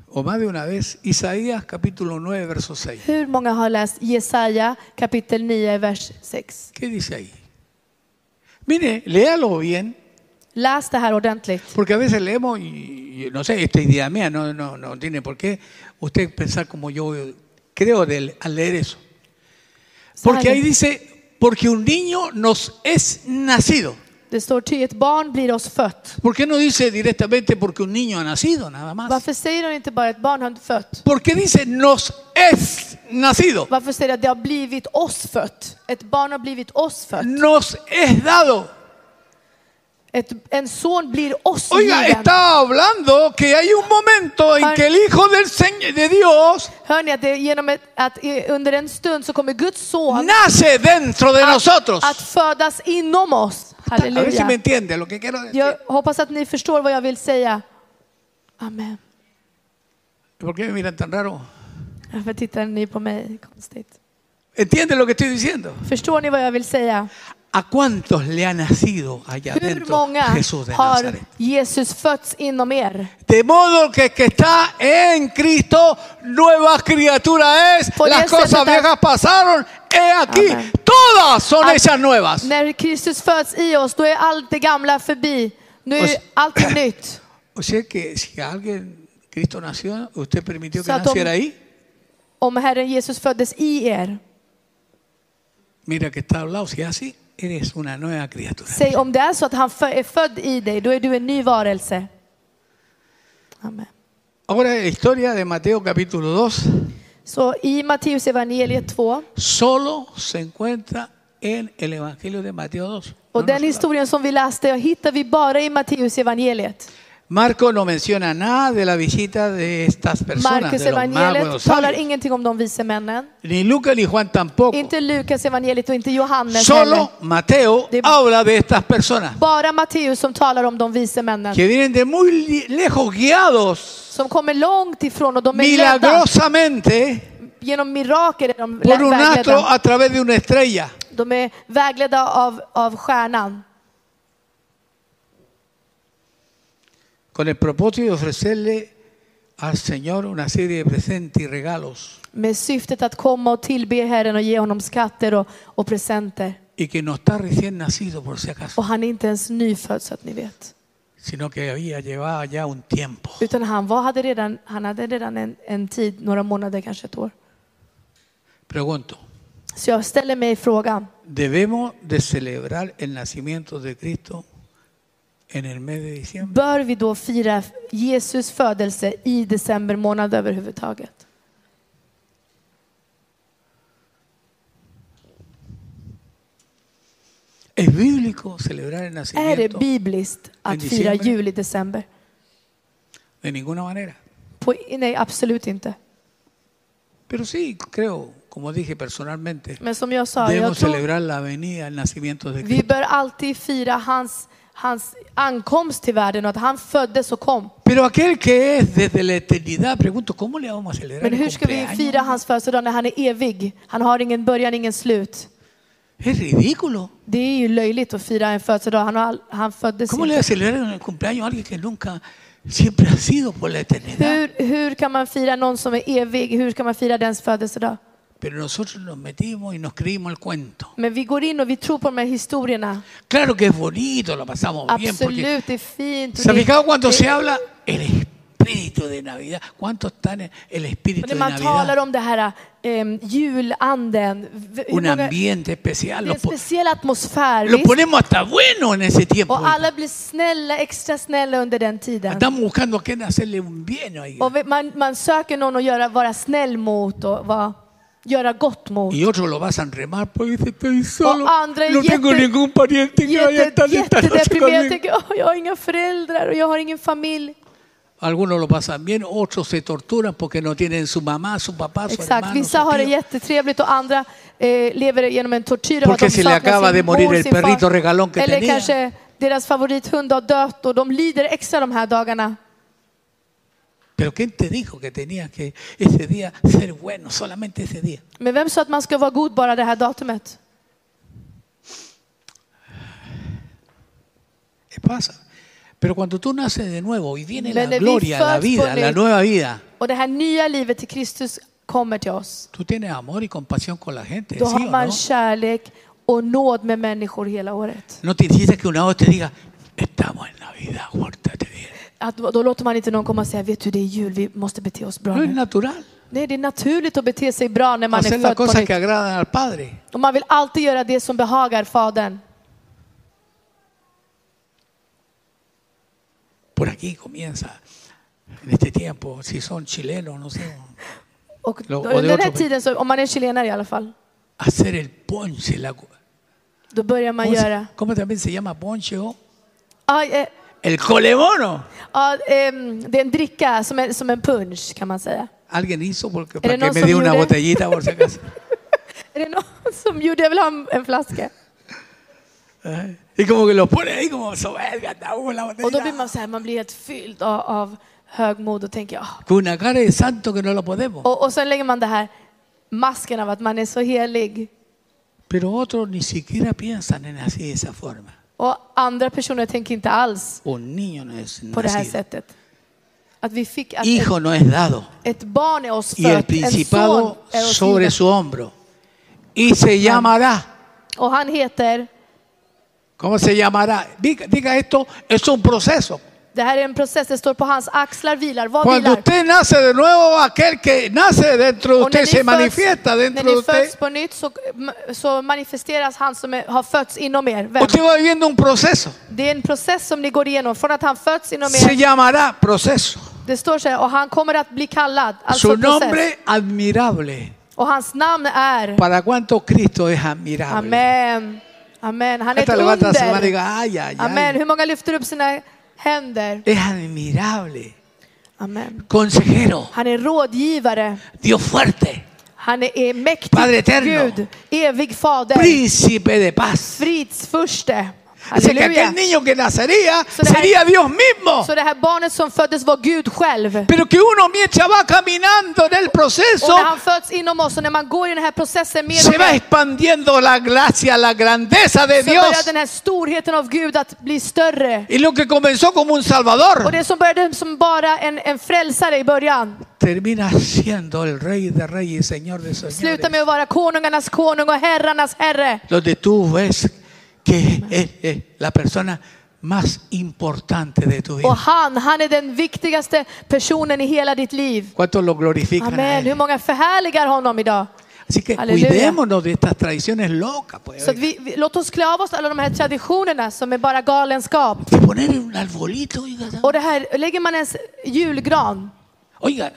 S1: o más de una vez, Isaías capítulo 9, verso 6?
S2: Hur många har läst Jesaja kapitel 9, vers 6?
S1: ¿Qué dice ahí? Mire, léalo bien,
S2: Läs det här ordentligt.
S1: Porque a veces leemos y, y no sé, esta idea mía no, no, no tiene por qué usted pensar como yo creo del- al leer eso.
S2: Så
S1: Porque
S2: här,
S1: ahí dice, porque un niño nos es nacido.
S2: Det står ty ett barn blir oss fött.
S1: ¿Por qué no dice directamente porque un niño ha nacido nada más?
S2: Varför säger de inte bara ett barn har fött?
S1: ¿Por qué dice nos es nacido?
S2: Varför säger de att det har blivit oss fött? Ett barn har blivit oss fött.
S1: Nos es dado.
S2: Ett, en son blir oss
S1: Oiga,
S2: given.
S1: está hablando que hay un momento en que el Hijo del Señ- de Dios
S2: Hör ni att, det, är genom ett, att i- under en stund så kommer Guds son
S1: nace dentro de nosotros.
S2: att födas inom oss.
S1: A ver si me
S2: Halleluja.
S1: entiende lo que quiero decir.
S2: Jag hoppas att ni förstår vad jag vill säga. Amen.
S1: ¿Por qué me miran tan raro?
S2: Varför tittar ni på mig konstigt?
S1: ¿Entiende lo que estoy diciendo?
S2: Förstår ni vad jag vill säga?
S1: ¿A cuántos le ha nacido allá
S2: Hur
S1: dentro
S2: många
S1: Jesús de
S2: har
S1: Nazaret?
S2: Jesus fötts inom er?
S1: De modo que el que está en Cristo, nueva criatura es.
S2: Por
S1: Las
S2: eso
S1: cosas
S2: está-
S1: viejas pasaron, he aquí.
S2: Amén. Ah.
S1: Todas son
S2: Am-
S1: hechas nuevas.
S2: När Kristus föds i oss, då är allt det gamla förbi. Nu
S1: Och
S2: är
S1: s-
S2: allt nytt.
S1: O sea que si alguien, Cristo nació, usted permitió que
S2: Satom-
S1: naciera ahí.
S2: Om Herren Jesus föddes i er,
S1: Mira que está hablado, si es así, eres una nueva criatura.
S2: säg om det är så att han fö- är född i dig, då är du en ny varelse. Amen.
S1: Ahora, la historia de Mateo capítulo 2
S2: Så i Matteus evangeliet 2,
S1: solo se encuentra en el Evangelio de Mateo 2.
S2: och
S1: No
S2: den
S1: nos-
S2: historien som vi läste hittar vi bara i Matteus evangeliet.
S1: Marco no menciona nada de la visita de estas personas,
S2: Markus
S1: de los magos, de los
S2: evangeliet talar
S1: sabios.
S2: ingenting om de vise männen.
S1: Ni Lucas ni Juan tampoco.
S2: Inte Lukas evangeliet och inte Johannes heller.
S1: Solo Mateo
S2: De-
S1: habla de estas personas
S2: Bara Matteus som talar om de vise männen.
S1: que vienen de muy li- lejos, guiados
S2: Som kommer långt ifrån och de är ledda.
S1: milagrosamente
S2: Genom mirakel är de
S1: por
S2: lä-
S1: un astro
S2: vägledda.
S1: a través de una estrella.
S2: De är vägledda av, av stjärnan.
S1: con el propósito de ofrecerle al Señor una serie de presentes y regalos
S2: Med syftet att komma och tillbe Herren och ge honom skatter och, och presenter.
S1: y que no está recién nacido por si acaso,
S2: Och han är inte ens nyfödd så att ni vet.
S1: sino que había llevado ya un tiempo.
S2: Utan han, var, hade, redan, han hade redan en, en tid, några månader, kanske ett år.
S1: Pregunto,
S2: Så jag ställer mig frågan.
S1: ¿debemos de celebrar el nacimiento de Cristo en el mes de diciembre?
S2: Bör vi då fira Jesus födelse i december månad överhuvudtaget?
S1: ¿Es bíblico celebrar el
S2: Är det
S1: nacimiento?
S2: bibliskt att
S1: i
S2: fira
S1: december?
S2: jul i december?
S1: De ninguna manera.
S2: På, nej, absolut inte.
S1: Pero sí, creo, como dije personalmente,
S2: Men som jag sa, jag
S1: debemos
S2: tror
S1: celebrar la venida, el nacimiento de
S2: vi
S1: Cristo.
S2: bör alltid fira hans, hans ankomst till världen och att han föddes och kom.
S1: Pero aquel que es desde la eternidad, pregunto, ¿cómo le vamos a celebrar
S2: Men
S1: el
S2: hur ska vi
S1: cumpleaños?
S2: fira hans födelsedag när han är evig? Han har ingen början, ingen slut.
S1: Es ridículo.
S2: Det är ju löjligt att fira en födelsedag. Han, har, all- han föddes
S1: ¿Cómo le va a
S2: inte.
S1: celebrar el cumpleaños a alguien que nunca, siempre ha sido por la eternidad?
S2: Hur, hur kan man fira någon som är evig? Hur kan man fira dens födelsedag?
S1: Pero nosotros nos metimos y nos creímos el cuento.
S2: Men vi går in och vi tror på de här historierna.
S1: Claro que es bonito, lo pasamos bien. Porque,
S2: Absolut, det är fint. och
S1: ¿Se ha
S2: det-
S1: fijado cuando
S2: det-
S1: se habla? El espíritu de Navidad. ¿Cuánto está en el espíritu
S2: Och
S1: de
S2: när man talar
S1: Navidad?
S2: om det här eh, julanden, v- hur
S1: Un
S2: många, det
S1: ambiente especial.
S2: är
S1: Lo,
S2: en
S1: po-
S2: speciell atmosfär.
S1: lo
S2: visst?
S1: ponemos hasta bueno en ese tiempo.
S2: Och alla blir snälla, extra snälla under den tiden.
S1: Estamos buscando a quién hacerle un bien. oiga.
S2: Och vi- man, man söker någon att göra, vara snäll mot och vara, göra gott mot.
S1: Y otros lo pasan remar porque dice, estoy solo.
S2: André,
S1: No tengo
S2: yete-
S1: ningún pariente que vaya a
S2: Jätte,
S1: estar esta noche
S2: jättedeprimerad, jag
S1: conmigo.
S2: tänker "Åh, jag har inga föräldrar och jag har ingen familj.
S1: Algunos lo pasan bien, otros se torturan porque no tienen su mamá, su papá, su
S2: Exakt,
S1: hermano,
S2: vissa
S1: su
S2: har det
S1: tío.
S2: jättetrevligt och andra eh, lever genom en tortyr av att
S1: Porque
S2: de
S1: se le
S2: saknar
S1: acaba de
S2: sin
S1: morir
S2: mor,
S1: el
S2: sin
S1: perrito
S2: far.
S1: regalón que
S2: Eller
S1: tenía.
S2: kanske deras favorithund har dött och de lider extra de här dagarna.
S1: Pero ¿quién te dijo que tenías que ese día ser bueno, solamente ese día?
S2: Men vem sa att man ska vara god bara det här datumet?
S1: ¿Qué pasa? Pero cuando tú naces de nuevo y viene la
S2: Beneficio
S1: gloria, la vida, la
S2: exponer-
S1: nueva vida,
S2: Och det här nya livet till Kristus kommer till oss.
S1: tú tienes amor y compasión con la gente, ¿sí
S2: Då
S1: o
S2: har man
S1: no?
S2: kärlek och nåd med människor hela året.
S1: No te hiciste que una voz te diga, estamos en Navidad, pórtate bien.
S2: Att, då låter man inte någon komma och säga, vet du det är jul, vi måste bete oss bra
S1: No es
S2: nu.
S1: natural
S2: Nej, det är naturligt att bete sig bra när man
S1: hacer
S2: är
S1: las
S2: född på
S1: cosas
S2: nytt.
S1: que agradan al Padre.
S2: Och man vill alltid göra det som behagar Fadern.
S1: por aquí comienza. En este tiempo, si son chilenos, no sé,
S2: Och
S1: Lo-
S2: då,
S1: och det
S2: under den här
S1: återkommer.
S2: tiden, så, om man är chilenare i alla fall,
S1: hacer el ponche. La, ¿cómo,
S2: då börjar man göra...
S1: se- cómo también se llama ponche? o?
S2: Ja, eh,
S1: El colemono.
S2: ja, ehm, det är en dricka som, är, som en punch kan man säga.
S1: Alguien hizo porque
S2: Era
S1: para que
S2: no
S1: me dé una
S2: sonido.
S1: botellita por si acaso.
S2: Är det någon som gjorde, jag vill ha en, en flaska.
S1: Ajá. Y como que los pone ahí como soberbia, anda, uh, la
S2: Och då blir
S1: botellita.
S2: man så här, man blir helt fylld av, av högmod och tänker, "Ah."
S1: Con una cara de santo que no la podemos.
S2: och, och sen lägger man det här masken av att man är så helig.
S1: Pero otros ni siquiera piensan en así de esa forma.
S2: Och andra personer tänker inte alls
S1: Un niño no es
S2: på det här
S1: nacido.
S2: sättet. Att vi fick, att ett,
S1: Hijo no es dado.
S2: ett barn är oss
S1: Y el
S2: fött, en son
S1: principado
S2: är oss
S1: sobre
S2: given.
S1: su hombro. Y se llamará.
S2: Och han heter,
S1: ¿Cómo se llamará? Diga, diga esto, es un proceso.
S2: det här är en process, det står på hans axlar vilar, vad
S1: Cuando
S2: vilar?
S1: usted nace de nuevo, aquel que nace dentro de
S2: Och
S1: usted
S2: när ni
S1: se
S2: föds-
S1: manifiesta
S2: när
S1: dentro de
S2: ni
S1: usted.
S2: föds på nytt så, så manifesteras han som är, har fötts inom er. Vem?
S1: Usted va viviendo un proceso.
S2: Det är en process som ni går igenom. Från att han föds inom
S1: Se
S2: er,
S1: llamará proceso.
S2: det står så här, och han kommer att bli kallad. Alltså
S1: Su
S2: process.
S1: nombre admirable.
S2: Och hans namn är
S1: ¿Para cuánto Cristo es admirable?
S2: Amen. Amen. Han är ett
S1: Esta levanta las manos y
S2: under.
S1: diga, ay, ay, ay.
S2: Amen. Hur många lyfter upp sina händer?
S1: Es admirable.
S2: Amen.
S1: Consejero,
S2: Han är rådgivare.
S1: Dios fuerte,
S2: Han är- är
S1: Padre
S2: mäktig
S1: eterno.
S2: Gud, evig fader,
S1: príncipe de paz.
S2: fridsfurste.
S1: Dice que aquel
S2: Halleluja.
S1: niño que nacería
S2: Suena-
S1: sería Dios mismo.
S2: Så det här barnet som föddes var Gud själv.
S1: Pero que uno mientras va caminando en el
S2: Och
S1: proceso,
S2: när han föds inom oss och när man går i den här processen mer
S1: se
S2: och
S1: va
S2: mer
S1: expandiendo la gracia, la grandeza de
S2: så börjar
S1: Dios.
S2: den här storheten av Gud att bli större.
S1: Y lo que comenzó como un
S2: Och
S1: salvador,
S2: det som började som bara en, en frälsare i början
S1: termina siendo el rey de reyes y señor de señores.
S2: slutar med att vara konungarnas konung och herrarnas herre.
S1: Donde tú ves que es, es la persona más importante de tu
S2: Och
S1: vida.
S2: han, han är den viktigaste personen i hela ditt liv.
S1: ¿Cuántos lo glorifican? a
S2: Amen. Hur
S1: él?
S2: många förhärligar honom idag?
S1: Así que
S2: Aleluya.
S1: cuidémonos de estas tradiciones locas. Pues,
S2: Så att vi, vi, låt oss klä av oss alla de här traditionerna som är bara galenskap.
S1: de poner un arbolito, oiga,
S2: Och det här, lägger man ens julgran
S1: Oiga,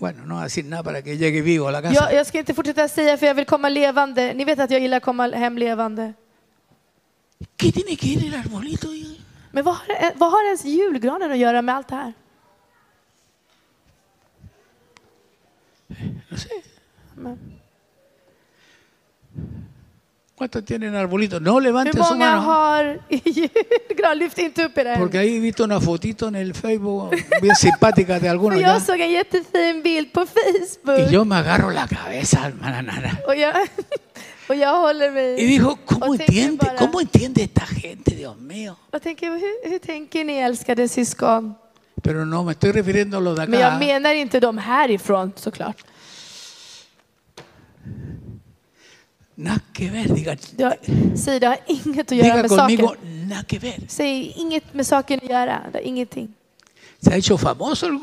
S1: bueno, no voy a decir nada para que llegue vivo a la casa.
S2: Jag, jag ska inte fortsätta säga för jag vill komma levande. Ni vet att jag gillar att komma hem levande.
S1: ¿Qué tiene que ver el arbolito? oiga?
S2: Men vad har, eh, vad har ens julgranen att göra med allt det här?
S1: No sé.
S2: Men
S1: ¿Cuántos tienen arbolito? No
S2: Hur
S1: levanten su
S2: många
S1: mano.
S2: har i julgran? Lyft inte upp er
S1: Porque
S2: än.
S1: ahí he visto una fotito en el Facebook bien simpática de
S2: För
S1: algunos. ya.
S2: jag såg en jättefin bild på
S1: Y
S2: Facebook.
S1: yo me agarro la cabeza, hermana Nana.
S2: Och jag, och jag håller
S1: Y
S2: mig.
S1: dijo, ¿cómo
S2: O sea, que
S1: entiende?
S2: para-
S1: ¿Cómo entiende esta gente, Dios mío?
S2: Jag tänker, hur, hur tänker ni älskade syskon?
S1: Pero no, me estoy refiriendo a los de
S2: Men jag
S1: acá.
S2: menar inte de härifrån såklart.
S1: Nada que ver, diga,
S2: Det har, säg, det har inget att göra
S1: diga
S2: med saken.
S1: conmigo, nada que ver.
S2: Säg inget med saken att göra. Det har ingenting.
S1: Se ha hecho famoso el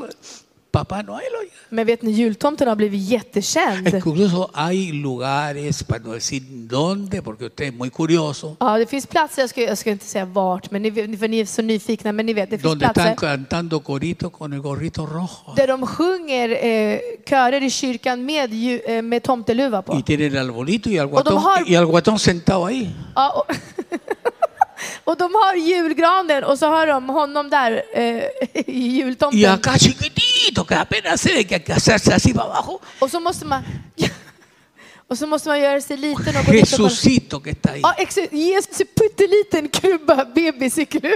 S1: Papá Noel. oiga.
S2: Men vet ni, jultomten har blivit jättekänd.
S1: Incluso hay lugares, para no decir dónde, porque usted es muy curioso,
S2: Ja, det finns platser, jag ska, jag ska inte säga vart, men ni, vet- för ni är så nyfikna, men ni vet, det finns
S1: donde están
S2: platser
S1: cantando coritos con el gorrito rojo
S2: där de sjunger eh, körer i kyrkan med, ju- eh, med tomteluva på.
S1: y tiene el arbolito y al
S2: Otro
S1: guatón,
S2: mejor.
S1: y al guatón sentado ahí.
S2: Ja, och, och de har julgranen och så har de honom där, eh, i
S1: Y
S2: jultomten.
S1: acá chiquitito, que apenas se ve que hay que hacerse así para abajo,
S2: Och så måste man... Och så måste man göra sig liten och gå dit och kolla.
S1: Jesucito que está ahí.
S2: Ja, exakt. Jesus är pytteliten kuba, bebis i kuba.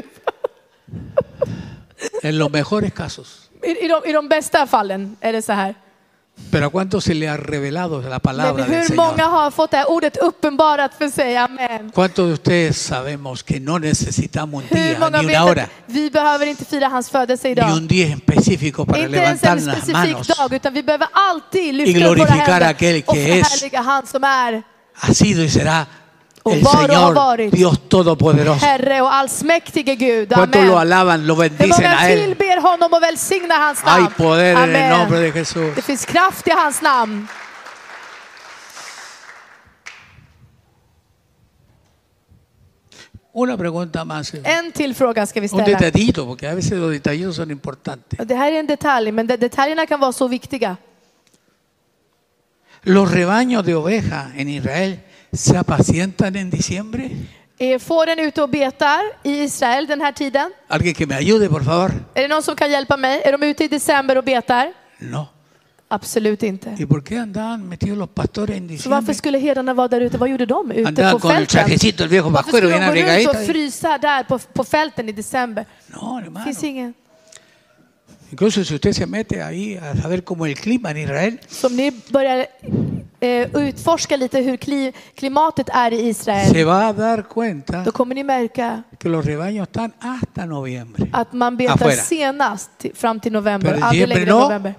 S1: En los mejores casos.
S2: I, i, de, I de bästa fallen är det så här.
S1: Pero ¿a cuánto se le ha revelado la
S2: Men
S1: palabra del
S2: hur många
S1: Señor?
S2: har fått det här ordet uppenbarat för sig? Amen.
S1: ¿Cuántos de ustedes sabemos que no necesitamos un
S2: Hur
S1: día,
S2: många
S1: ni
S2: vet
S1: una hora,
S2: att vi behöver inte fira hans födelse
S1: ni
S2: idag?
S1: un día específico para
S2: Inte ens
S1: levantar
S2: en
S1: las
S2: specifik
S1: manos?
S2: dag, utan vi behöver alltid
S1: Y
S2: lyfta upp våra
S1: glorificar
S2: händer
S1: aquel que
S2: och
S1: es.
S2: förhärliga han som är
S1: ha sido y será
S2: Och
S1: el
S2: var och har
S1: Señor
S2: varit.
S1: Dios Todopoderoso.
S2: Herre och allsmäktige Gud.
S1: ¿Cuántos
S2: Amen.
S1: lo alaban, lo
S2: Hur
S1: bendicen
S2: många
S1: a Él?
S2: tillber honom och välsignar hans
S1: Hay
S2: namn?
S1: poder en el nombre de Jesús.
S2: Det finns kraft i hans namn.
S1: Una pregunta más. eh,
S2: En till fråga ska vi
S1: Un
S2: ställa.
S1: detallito, porque a veces los detallitos son importantes.
S2: Det här är en detalj, men de- detaljerna kan vara så viktiga.
S1: ¿Los rebaños de ovejas en Israel se apacientan en diciembre?
S2: Är Eh, fåren ute och betar i Israel den här tiden?
S1: Alguien que me ayude, por favor.
S2: Är det någon som kan hjälpa mig? Är de ute i december och betar?
S1: No.
S2: Absolut inte.
S1: ¿Y por qué andaban metidos los pastores en
S2: Så
S1: diciembre?
S2: varför skulle herdarna vara där ute? Vad gjorde de ute
S1: Andaban
S2: på
S1: con el
S2: fälten?
S1: trajecito, el viejo
S2: Varför
S1: pascuero,
S2: skulle de
S1: bien
S2: gå runt
S1: abrigadito.
S2: och frysa där på, på fälten i december?
S1: No,
S2: Det
S1: hermano.
S2: finns ingen.
S1: Incluso si usted se mete ahí a saber cómo el clima en Israel,
S2: Så om ni börjar eh, utforska lite hur kli, klimatet är i Israel,
S1: se va a dar cuenta
S2: då kommer ni märka
S1: que los rebaños están hasta noviembre.
S2: att man betar
S1: Afuera.
S2: senast till, fram till november,
S1: Pero en
S2: aldrig
S1: diciembre
S2: längre än
S1: no.
S2: november.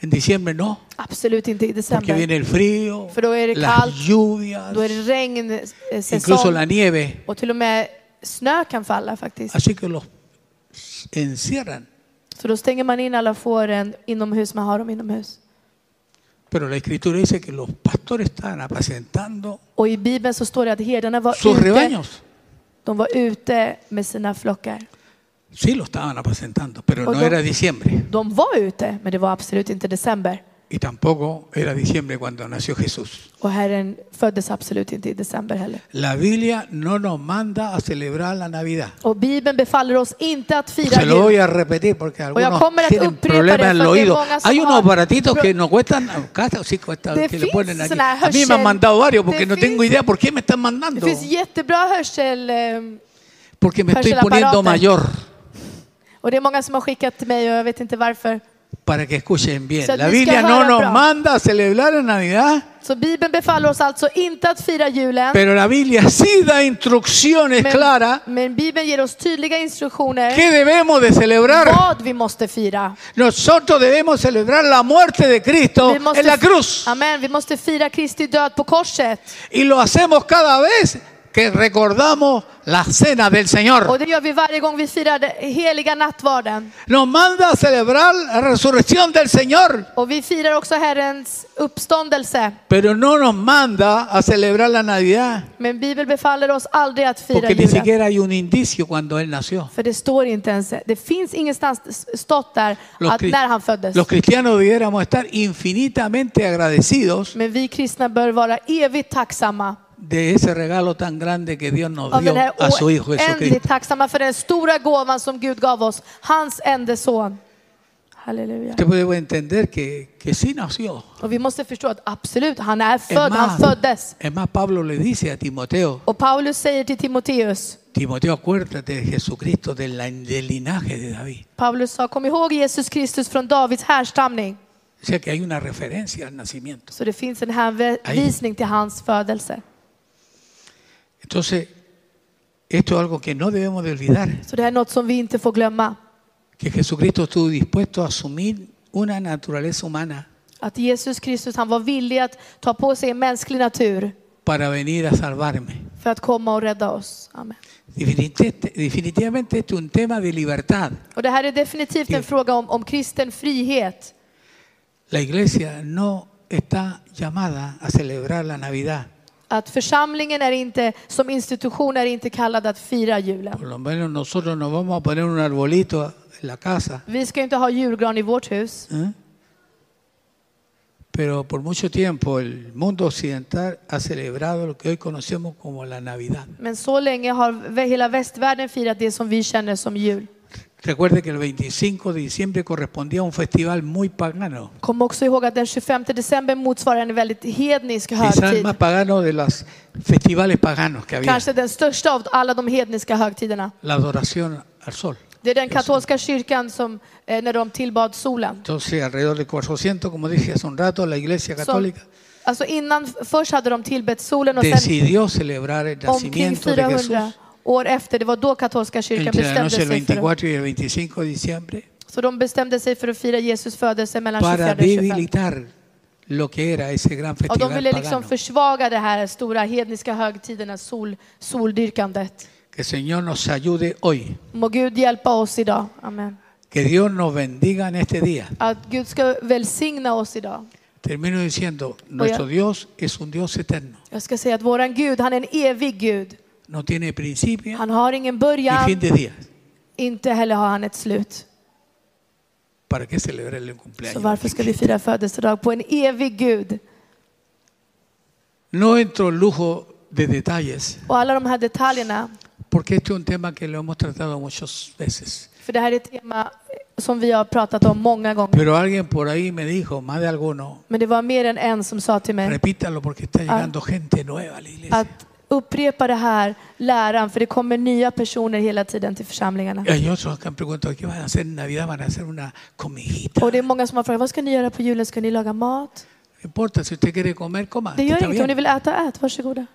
S1: En diciembre no,
S2: Absolut inte i
S1: porque
S2: december.
S1: viene el frío,
S2: Pero eres
S1: las
S2: caldo,
S1: lluvias,
S2: Då är det regn, eh,
S1: incluso la
S2: säsong
S1: nieve.
S2: och till och med snö kan falla faktiskt.
S1: Así que los encierran.
S2: Så då stänger man in alla fåren inomhus, man har dem inomhus.
S1: Pero la escritura dice que los pastores estaban apacentando
S2: Och i Bibeln så står det att herdarna var
S1: sus
S2: ute,
S1: rebaños.
S2: de var ute med sina flockar.
S1: Sí, lo estaban apacentando, pero no
S2: Oye.
S1: era diciembre.
S2: De var ute, men det var absolut inte december.
S1: Y tampoco era diciembre cuando nació Jesús.
S2: Och Herren föddes absolut inte i december heller.
S1: La Biblia no nos manda a celebrar la Navidad.
S2: Och Bibeln befaller oss inte att fira
S1: Se lo voy
S2: jul.
S1: a repetir porque
S2: Oye,
S1: algunos
S2: ¿cómo era tu
S1: tienen
S2: prima
S1: problemas en el
S2: para
S1: oído.
S2: que pongas
S1: Hay unos
S2: a-
S1: aparatitos
S2: Pro-
S1: que no cuestan, casi sí cuestan,
S2: Te
S1: que le
S2: fins-
S1: ponen aquí.
S2: la
S1: A mí me han
S2: Herschel.
S1: mandado varios porque
S2: Te
S1: no tengo
S2: fins-
S1: idea por qué me están
S2: Det
S1: mandando.
S2: finns jättebra hörsel eh,
S1: Porque me estoy
S2: Herschel
S1: poniendo
S2: aparato.
S1: mayor
S2: och det är många som har skickat till mig och jag vet inte varför.
S1: para que escuchen bien.
S2: Se
S1: La
S2: tienes que
S1: Biblia no
S2: bajar
S1: nos
S2: la pro.
S1: manda a celebrar la Navidad.
S2: Så Bibeln befaller oss alltså inte att fira julen.
S1: Pero la Biblia sí da instrucciones
S2: Men,
S1: claras
S2: men Bibeln ger oss tydliga instruktioner
S1: que debemos de celebrar.
S2: vad vi måste fira.
S1: Nosotros debemos celebrar la muerte de Cristo
S2: Vi måste,
S1: en la cruz.
S2: Amen. Vi måste fira Kristi död på korset.
S1: Y lo hacemos cada vez que recordamos la cena del
S2: Och
S1: Señor.
S2: det gör vi varje gång vi firar den heliga nattvarden.
S1: Nos manda a celebrar la resurrección del Señor,
S2: Och vi firar också Herrens uppståndelse.
S1: pero no nos manda a celebrar la Navidad,
S2: Men Bibeln befaller oss aldrig att fira
S1: porque ni
S2: julen.
S1: siquiera hay un indicio cuando Él nació.
S2: För det står inte ens, det finns ingenstans stått där
S1: Los,
S2: att
S1: cri-
S2: när han föddes.
S1: los cristianos debiéramos estar infinitamente agradecidos
S2: Men vi kristna bör vara evigt tacksamma.
S1: de ese regalo tan grande que Dios nos
S2: Av
S1: dio
S2: den här
S1: a su Hijo
S2: oändligt
S1: Jesucristo.
S2: tacksamma för den stora gåvan som Gud gav oss. Hans enda son. Halleluja.
S1: Usted puede entender que, que sí nació.
S2: Och vi måste förstå att absolut, han är
S1: Es
S2: född, han
S1: más,
S2: föddes.
S1: es más, Pablo le dice a Timoteo,
S2: Och Paulus säger till Timoteus,
S1: Timoteo, acuérdate de Jesucristo, del, la- del linaje de David.
S2: Paulus sa, kom ihåg Jesus Kristus från Davids härstamning.
S1: O sea que hay una referencia al nacimiento.
S2: Så det finns en hänvisning till hans födelse.
S1: Entonces, esto es algo que no debemos de olvidar,
S2: Så det här är något som vi inte får glömma.
S1: que Jesucristo estuvo dispuesto a asumir una naturaleza humana
S2: Att Jesus Kristus, han var villig att ta på sig en mänsklig natur
S1: para venir a salvarme.
S2: för att komma och rädda oss. Amen.
S1: Definite- Definitivamente este es un tema de libertad.
S2: Och det här är definitivt en fråga om, om kristen frihet.
S1: La iglesia no está llamada a celebrar la Navidad,
S2: Att församlingen är inte, som institution är inte kallad att fira julen.
S1: por lo menos nosotros nos vamos a poner un arbolito en la casa,
S2: Vi ska inte ha julgran i vårt hus.
S1: ¿eh? pero por mucho tiempo el mundo occidental ha celebrado lo que hoy conocemos como la Navidad.
S2: Men så länge har vä- hela västvärlden firat det som vi känner som jul.
S1: Recuerde que el 25 de diciembre correspondía a un festival muy pagano,
S2: Kom också ihåg att den 25 december motsvarar en väldigt hednisk
S1: quizás el
S2: högtid.
S1: más pagano de los festivales paganos que había,
S2: Kanske den största av alla de hedniska högtiderna.
S1: la adoración al sol.
S2: Det är den katolska kyrkan som, eh, när de tillbad solen.
S1: Entonces, alrededor de 400, como dije hace un rato, la Iglesia
S2: Så,
S1: Católica
S2: alltså innan, först hade de tillbett solen och sen
S1: decidió celebrar el
S2: omkring
S1: nacimiento de
S2: 400
S1: Jesús
S2: år efter, det var då katolska kyrkan
S1: entre la
S2: bestämde
S1: noche del
S2: sig för
S1: 24 y el 25 de diciembre
S2: Så de bestämde sig för att fira Jesus födelse mellan
S1: para
S2: 24 och 25.
S1: debilitar lo que era ese gran
S2: Och de
S1: festival
S2: ville liksom
S1: pagano.
S2: försvaga det här stora hedniska högtiderna, sol, soldyrkandet.
S1: Que el Señor nos ayude hoy,
S2: Må Gud hjälpa oss idag. Amen.
S1: que Dios nos bendiga en este día.
S2: Att Gud ska välsigna oss idag.
S1: Termino diciendo, nuestro Dios es un Dios eterno.
S2: Jag ska säga att våran Gud, han är en evig Gud.
S1: no tiene principio
S2: Han har ingen
S1: ni fin
S2: början,
S1: de día.
S2: inte heller har han ett slut.
S1: ¿Para qué celebrar el
S2: Så
S1: cumpleaños?
S2: varför ska vi fira födelsedag på en evig Gud?
S1: No entro en lujo de detalles,
S2: Och alla de här detaljerna,
S1: porque este es un tema que lo hemos tratado muchas veces.
S2: för det här är ett tema som vi har pratat om många gånger.
S1: Pero alguien por ahí me dijo, más de alguno,
S2: Men det var mer än en som sa till mig
S1: repítalo porque está llegando gente nueva a la iglesia.
S2: att upprepa det här läran, för det kommer nya personer hela tiden till församlingarna.
S1: Y Hay otros que han preguntado, ¿qué van a hacer en Navidad? Van a hacer una comidita.
S2: Och det är många som har frågat, vad ska ni göra på julen? Ska ni laga mat?
S1: No importa, si usted quiere comer, coma.
S2: Det
S1: está
S2: gör inget, om ni
S1: bien.
S2: vill äta, ät, varsågoda.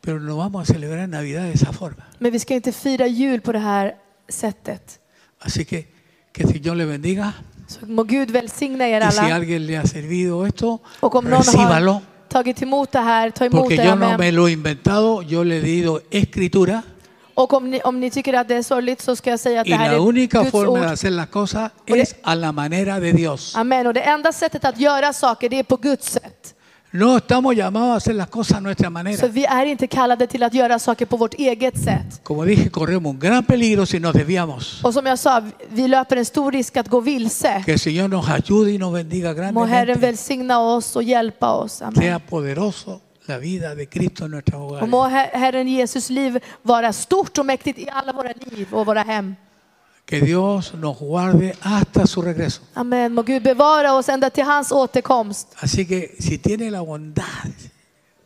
S1: Pero no vamos a celebrar Navidad de esa forma.
S2: Men vi ska inte fira jul på det här sättet.
S1: Así que que el Señor le bendiga.
S2: Så må Gud välsigna er
S1: Y si
S2: alla.
S1: alguien le ha servido esto,
S2: Och om någon
S1: recíbalo.
S2: har tagit emot det här, ta emot
S1: Porque
S2: det.
S1: yo no me
S2: Amen.
S1: lo he inventado, yo le he leído escritura.
S2: Och om ni, om ni tycker att det är sorgligt så ska jag säga att
S1: Y
S2: det här
S1: la
S2: är
S1: única
S2: Guds
S1: forma de
S2: ord.
S1: hacer las cosas
S2: Por e-
S1: es a la manera de Dios.
S2: Amen. Och det enda sättet att göra saker, det är på Guds sätt.
S1: No estamos llamados a hacer las cosas a nuestra
S2: Så
S1: manera.
S2: vi är inte kallade till att göra saker på vårt eget sätt.
S1: Como dije, corremos un gran peligro si nos desviamos.
S2: Och som jag sa, vi löper en stor risk att gå vilse.
S1: Que el Señor nos ayude y nos bendiga
S2: Må Herren
S1: grandemente.
S2: välsigna oss och hjälpa oss. Amen.
S1: Sea poderoso la vida de Cristo en nuestros
S2: Och må
S1: hogares.
S2: Her- Herren Jesus liv vara stort och mäktigt i alla våra liv och våra hem.
S1: Que Dios nos guarde hasta su regreso.
S2: Amen. Må Gud bevara oss ända till hans återkomst.
S1: Así que si tiene la bondad,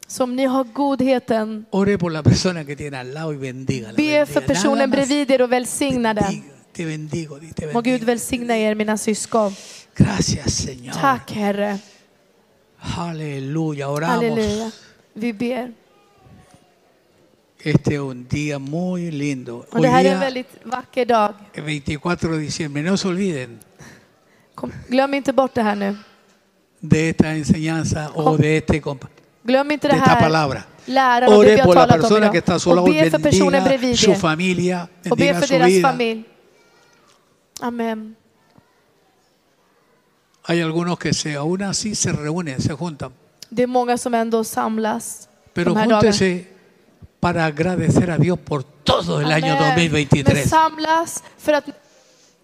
S2: Som ni har godheten,
S1: ore por la persona que tiene al lado y bendígala.
S2: be
S1: bendígala.
S2: för
S1: Nada más.
S2: personen bredvid er och välsigna den.
S1: Bendigo, Te bendigo, di, te
S2: Må Gud
S1: bendigo.
S2: välsigna er mina syskon.
S1: Gracias, Señor.
S2: Tack Herre.
S1: Aleluya. Oramos.
S2: Halleluja. Vi ber.
S1: Este es un día muy lindo.
S2: Och
S1: Hoy
S2: det här är en
S1: día,
S2: väldigt vacker dag.
S1: el 24 de diciembre. No se olviden
S2: Kom, glöm inte bort det här nu.
S1: de esta enseñanza o de este compa-
S2: Glöm inte
S1: de
S2: det
S1: esta
S2: här.
S1: palabra.
S2: Läran och det vi
S1: Ore
S2: har
S1: por la
S2: talat om
S1: persona que está a
S2: idag.
S1: su
S2: Och
S1: lado,
S2: be för personen
S1: bendiga
S2: bredvid
S1: su
S2: er.
S1: familia,
S2: Och be
S1: bendiga
S2: för
S1: su
S2: deras
S1: vida.
S2: familj. Amen.
S1: Hay algunos que se, aún así se reúnen, se juntan.
S2: Det är många som ändå samlas
S1: Pero
S2: de här dagarna.
S1: júntese para agradecer a Dios por todo el año
S2: Amen. Men
S1: 2023.
S2: samlas för att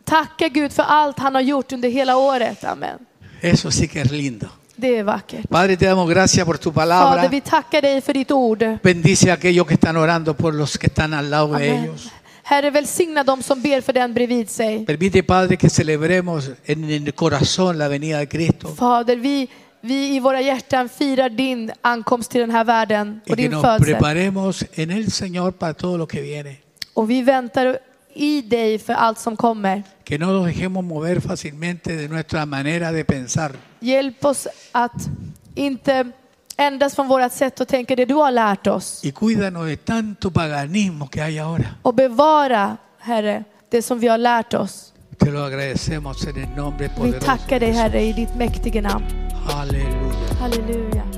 S2: tacka Gud för allt han har gjort under hela året. Amen.
S1: Eso sí que es lindo.
S2: Det är vackert.
S1: Padre, te damos gracias por tu
S2: Fader,
S1: palabra.
S2: vi tackar dig för ditt ord.
S1: Bendice a aquellos que están orando por los que están al lado de
S2: Amen.
S1: ellos.
S2: Herre, välsigna dem som ber för den bredvid sig.
S1: Permite, Padre, que celebremos en el corazón la venida de Cristo
S2: Fader, vi, vi i våra hjärtan firar din ankomst till den här världen
S1: y
S2: och
S1: que
S2: din
S1: nos
S2: födsel.
S1: preparemos en el Señor para todo lo que viene.
S2: Och vi väntar i dig för allt som kommer.
S1: Que no nos dejemos mover fácilmente de nuestra manera de pensar,
S2: Hjälp oss att inte ändras från vårt sätt att tänka det du har lärt oss.
S1: y cuídanos de tanto paganismo que hay ahora.
S2: Och bevara, Herre, det som vi har lärt oss.
S1: Te lo agradecemos en el nombre
S2: Vi
S1: poderoso.
S2: tackar
S1: de
S2: dig,
S1: Jesús.
S2: Herre, i ditt mäktiga namn.
S1: Aleluya.
S2: Halleluja.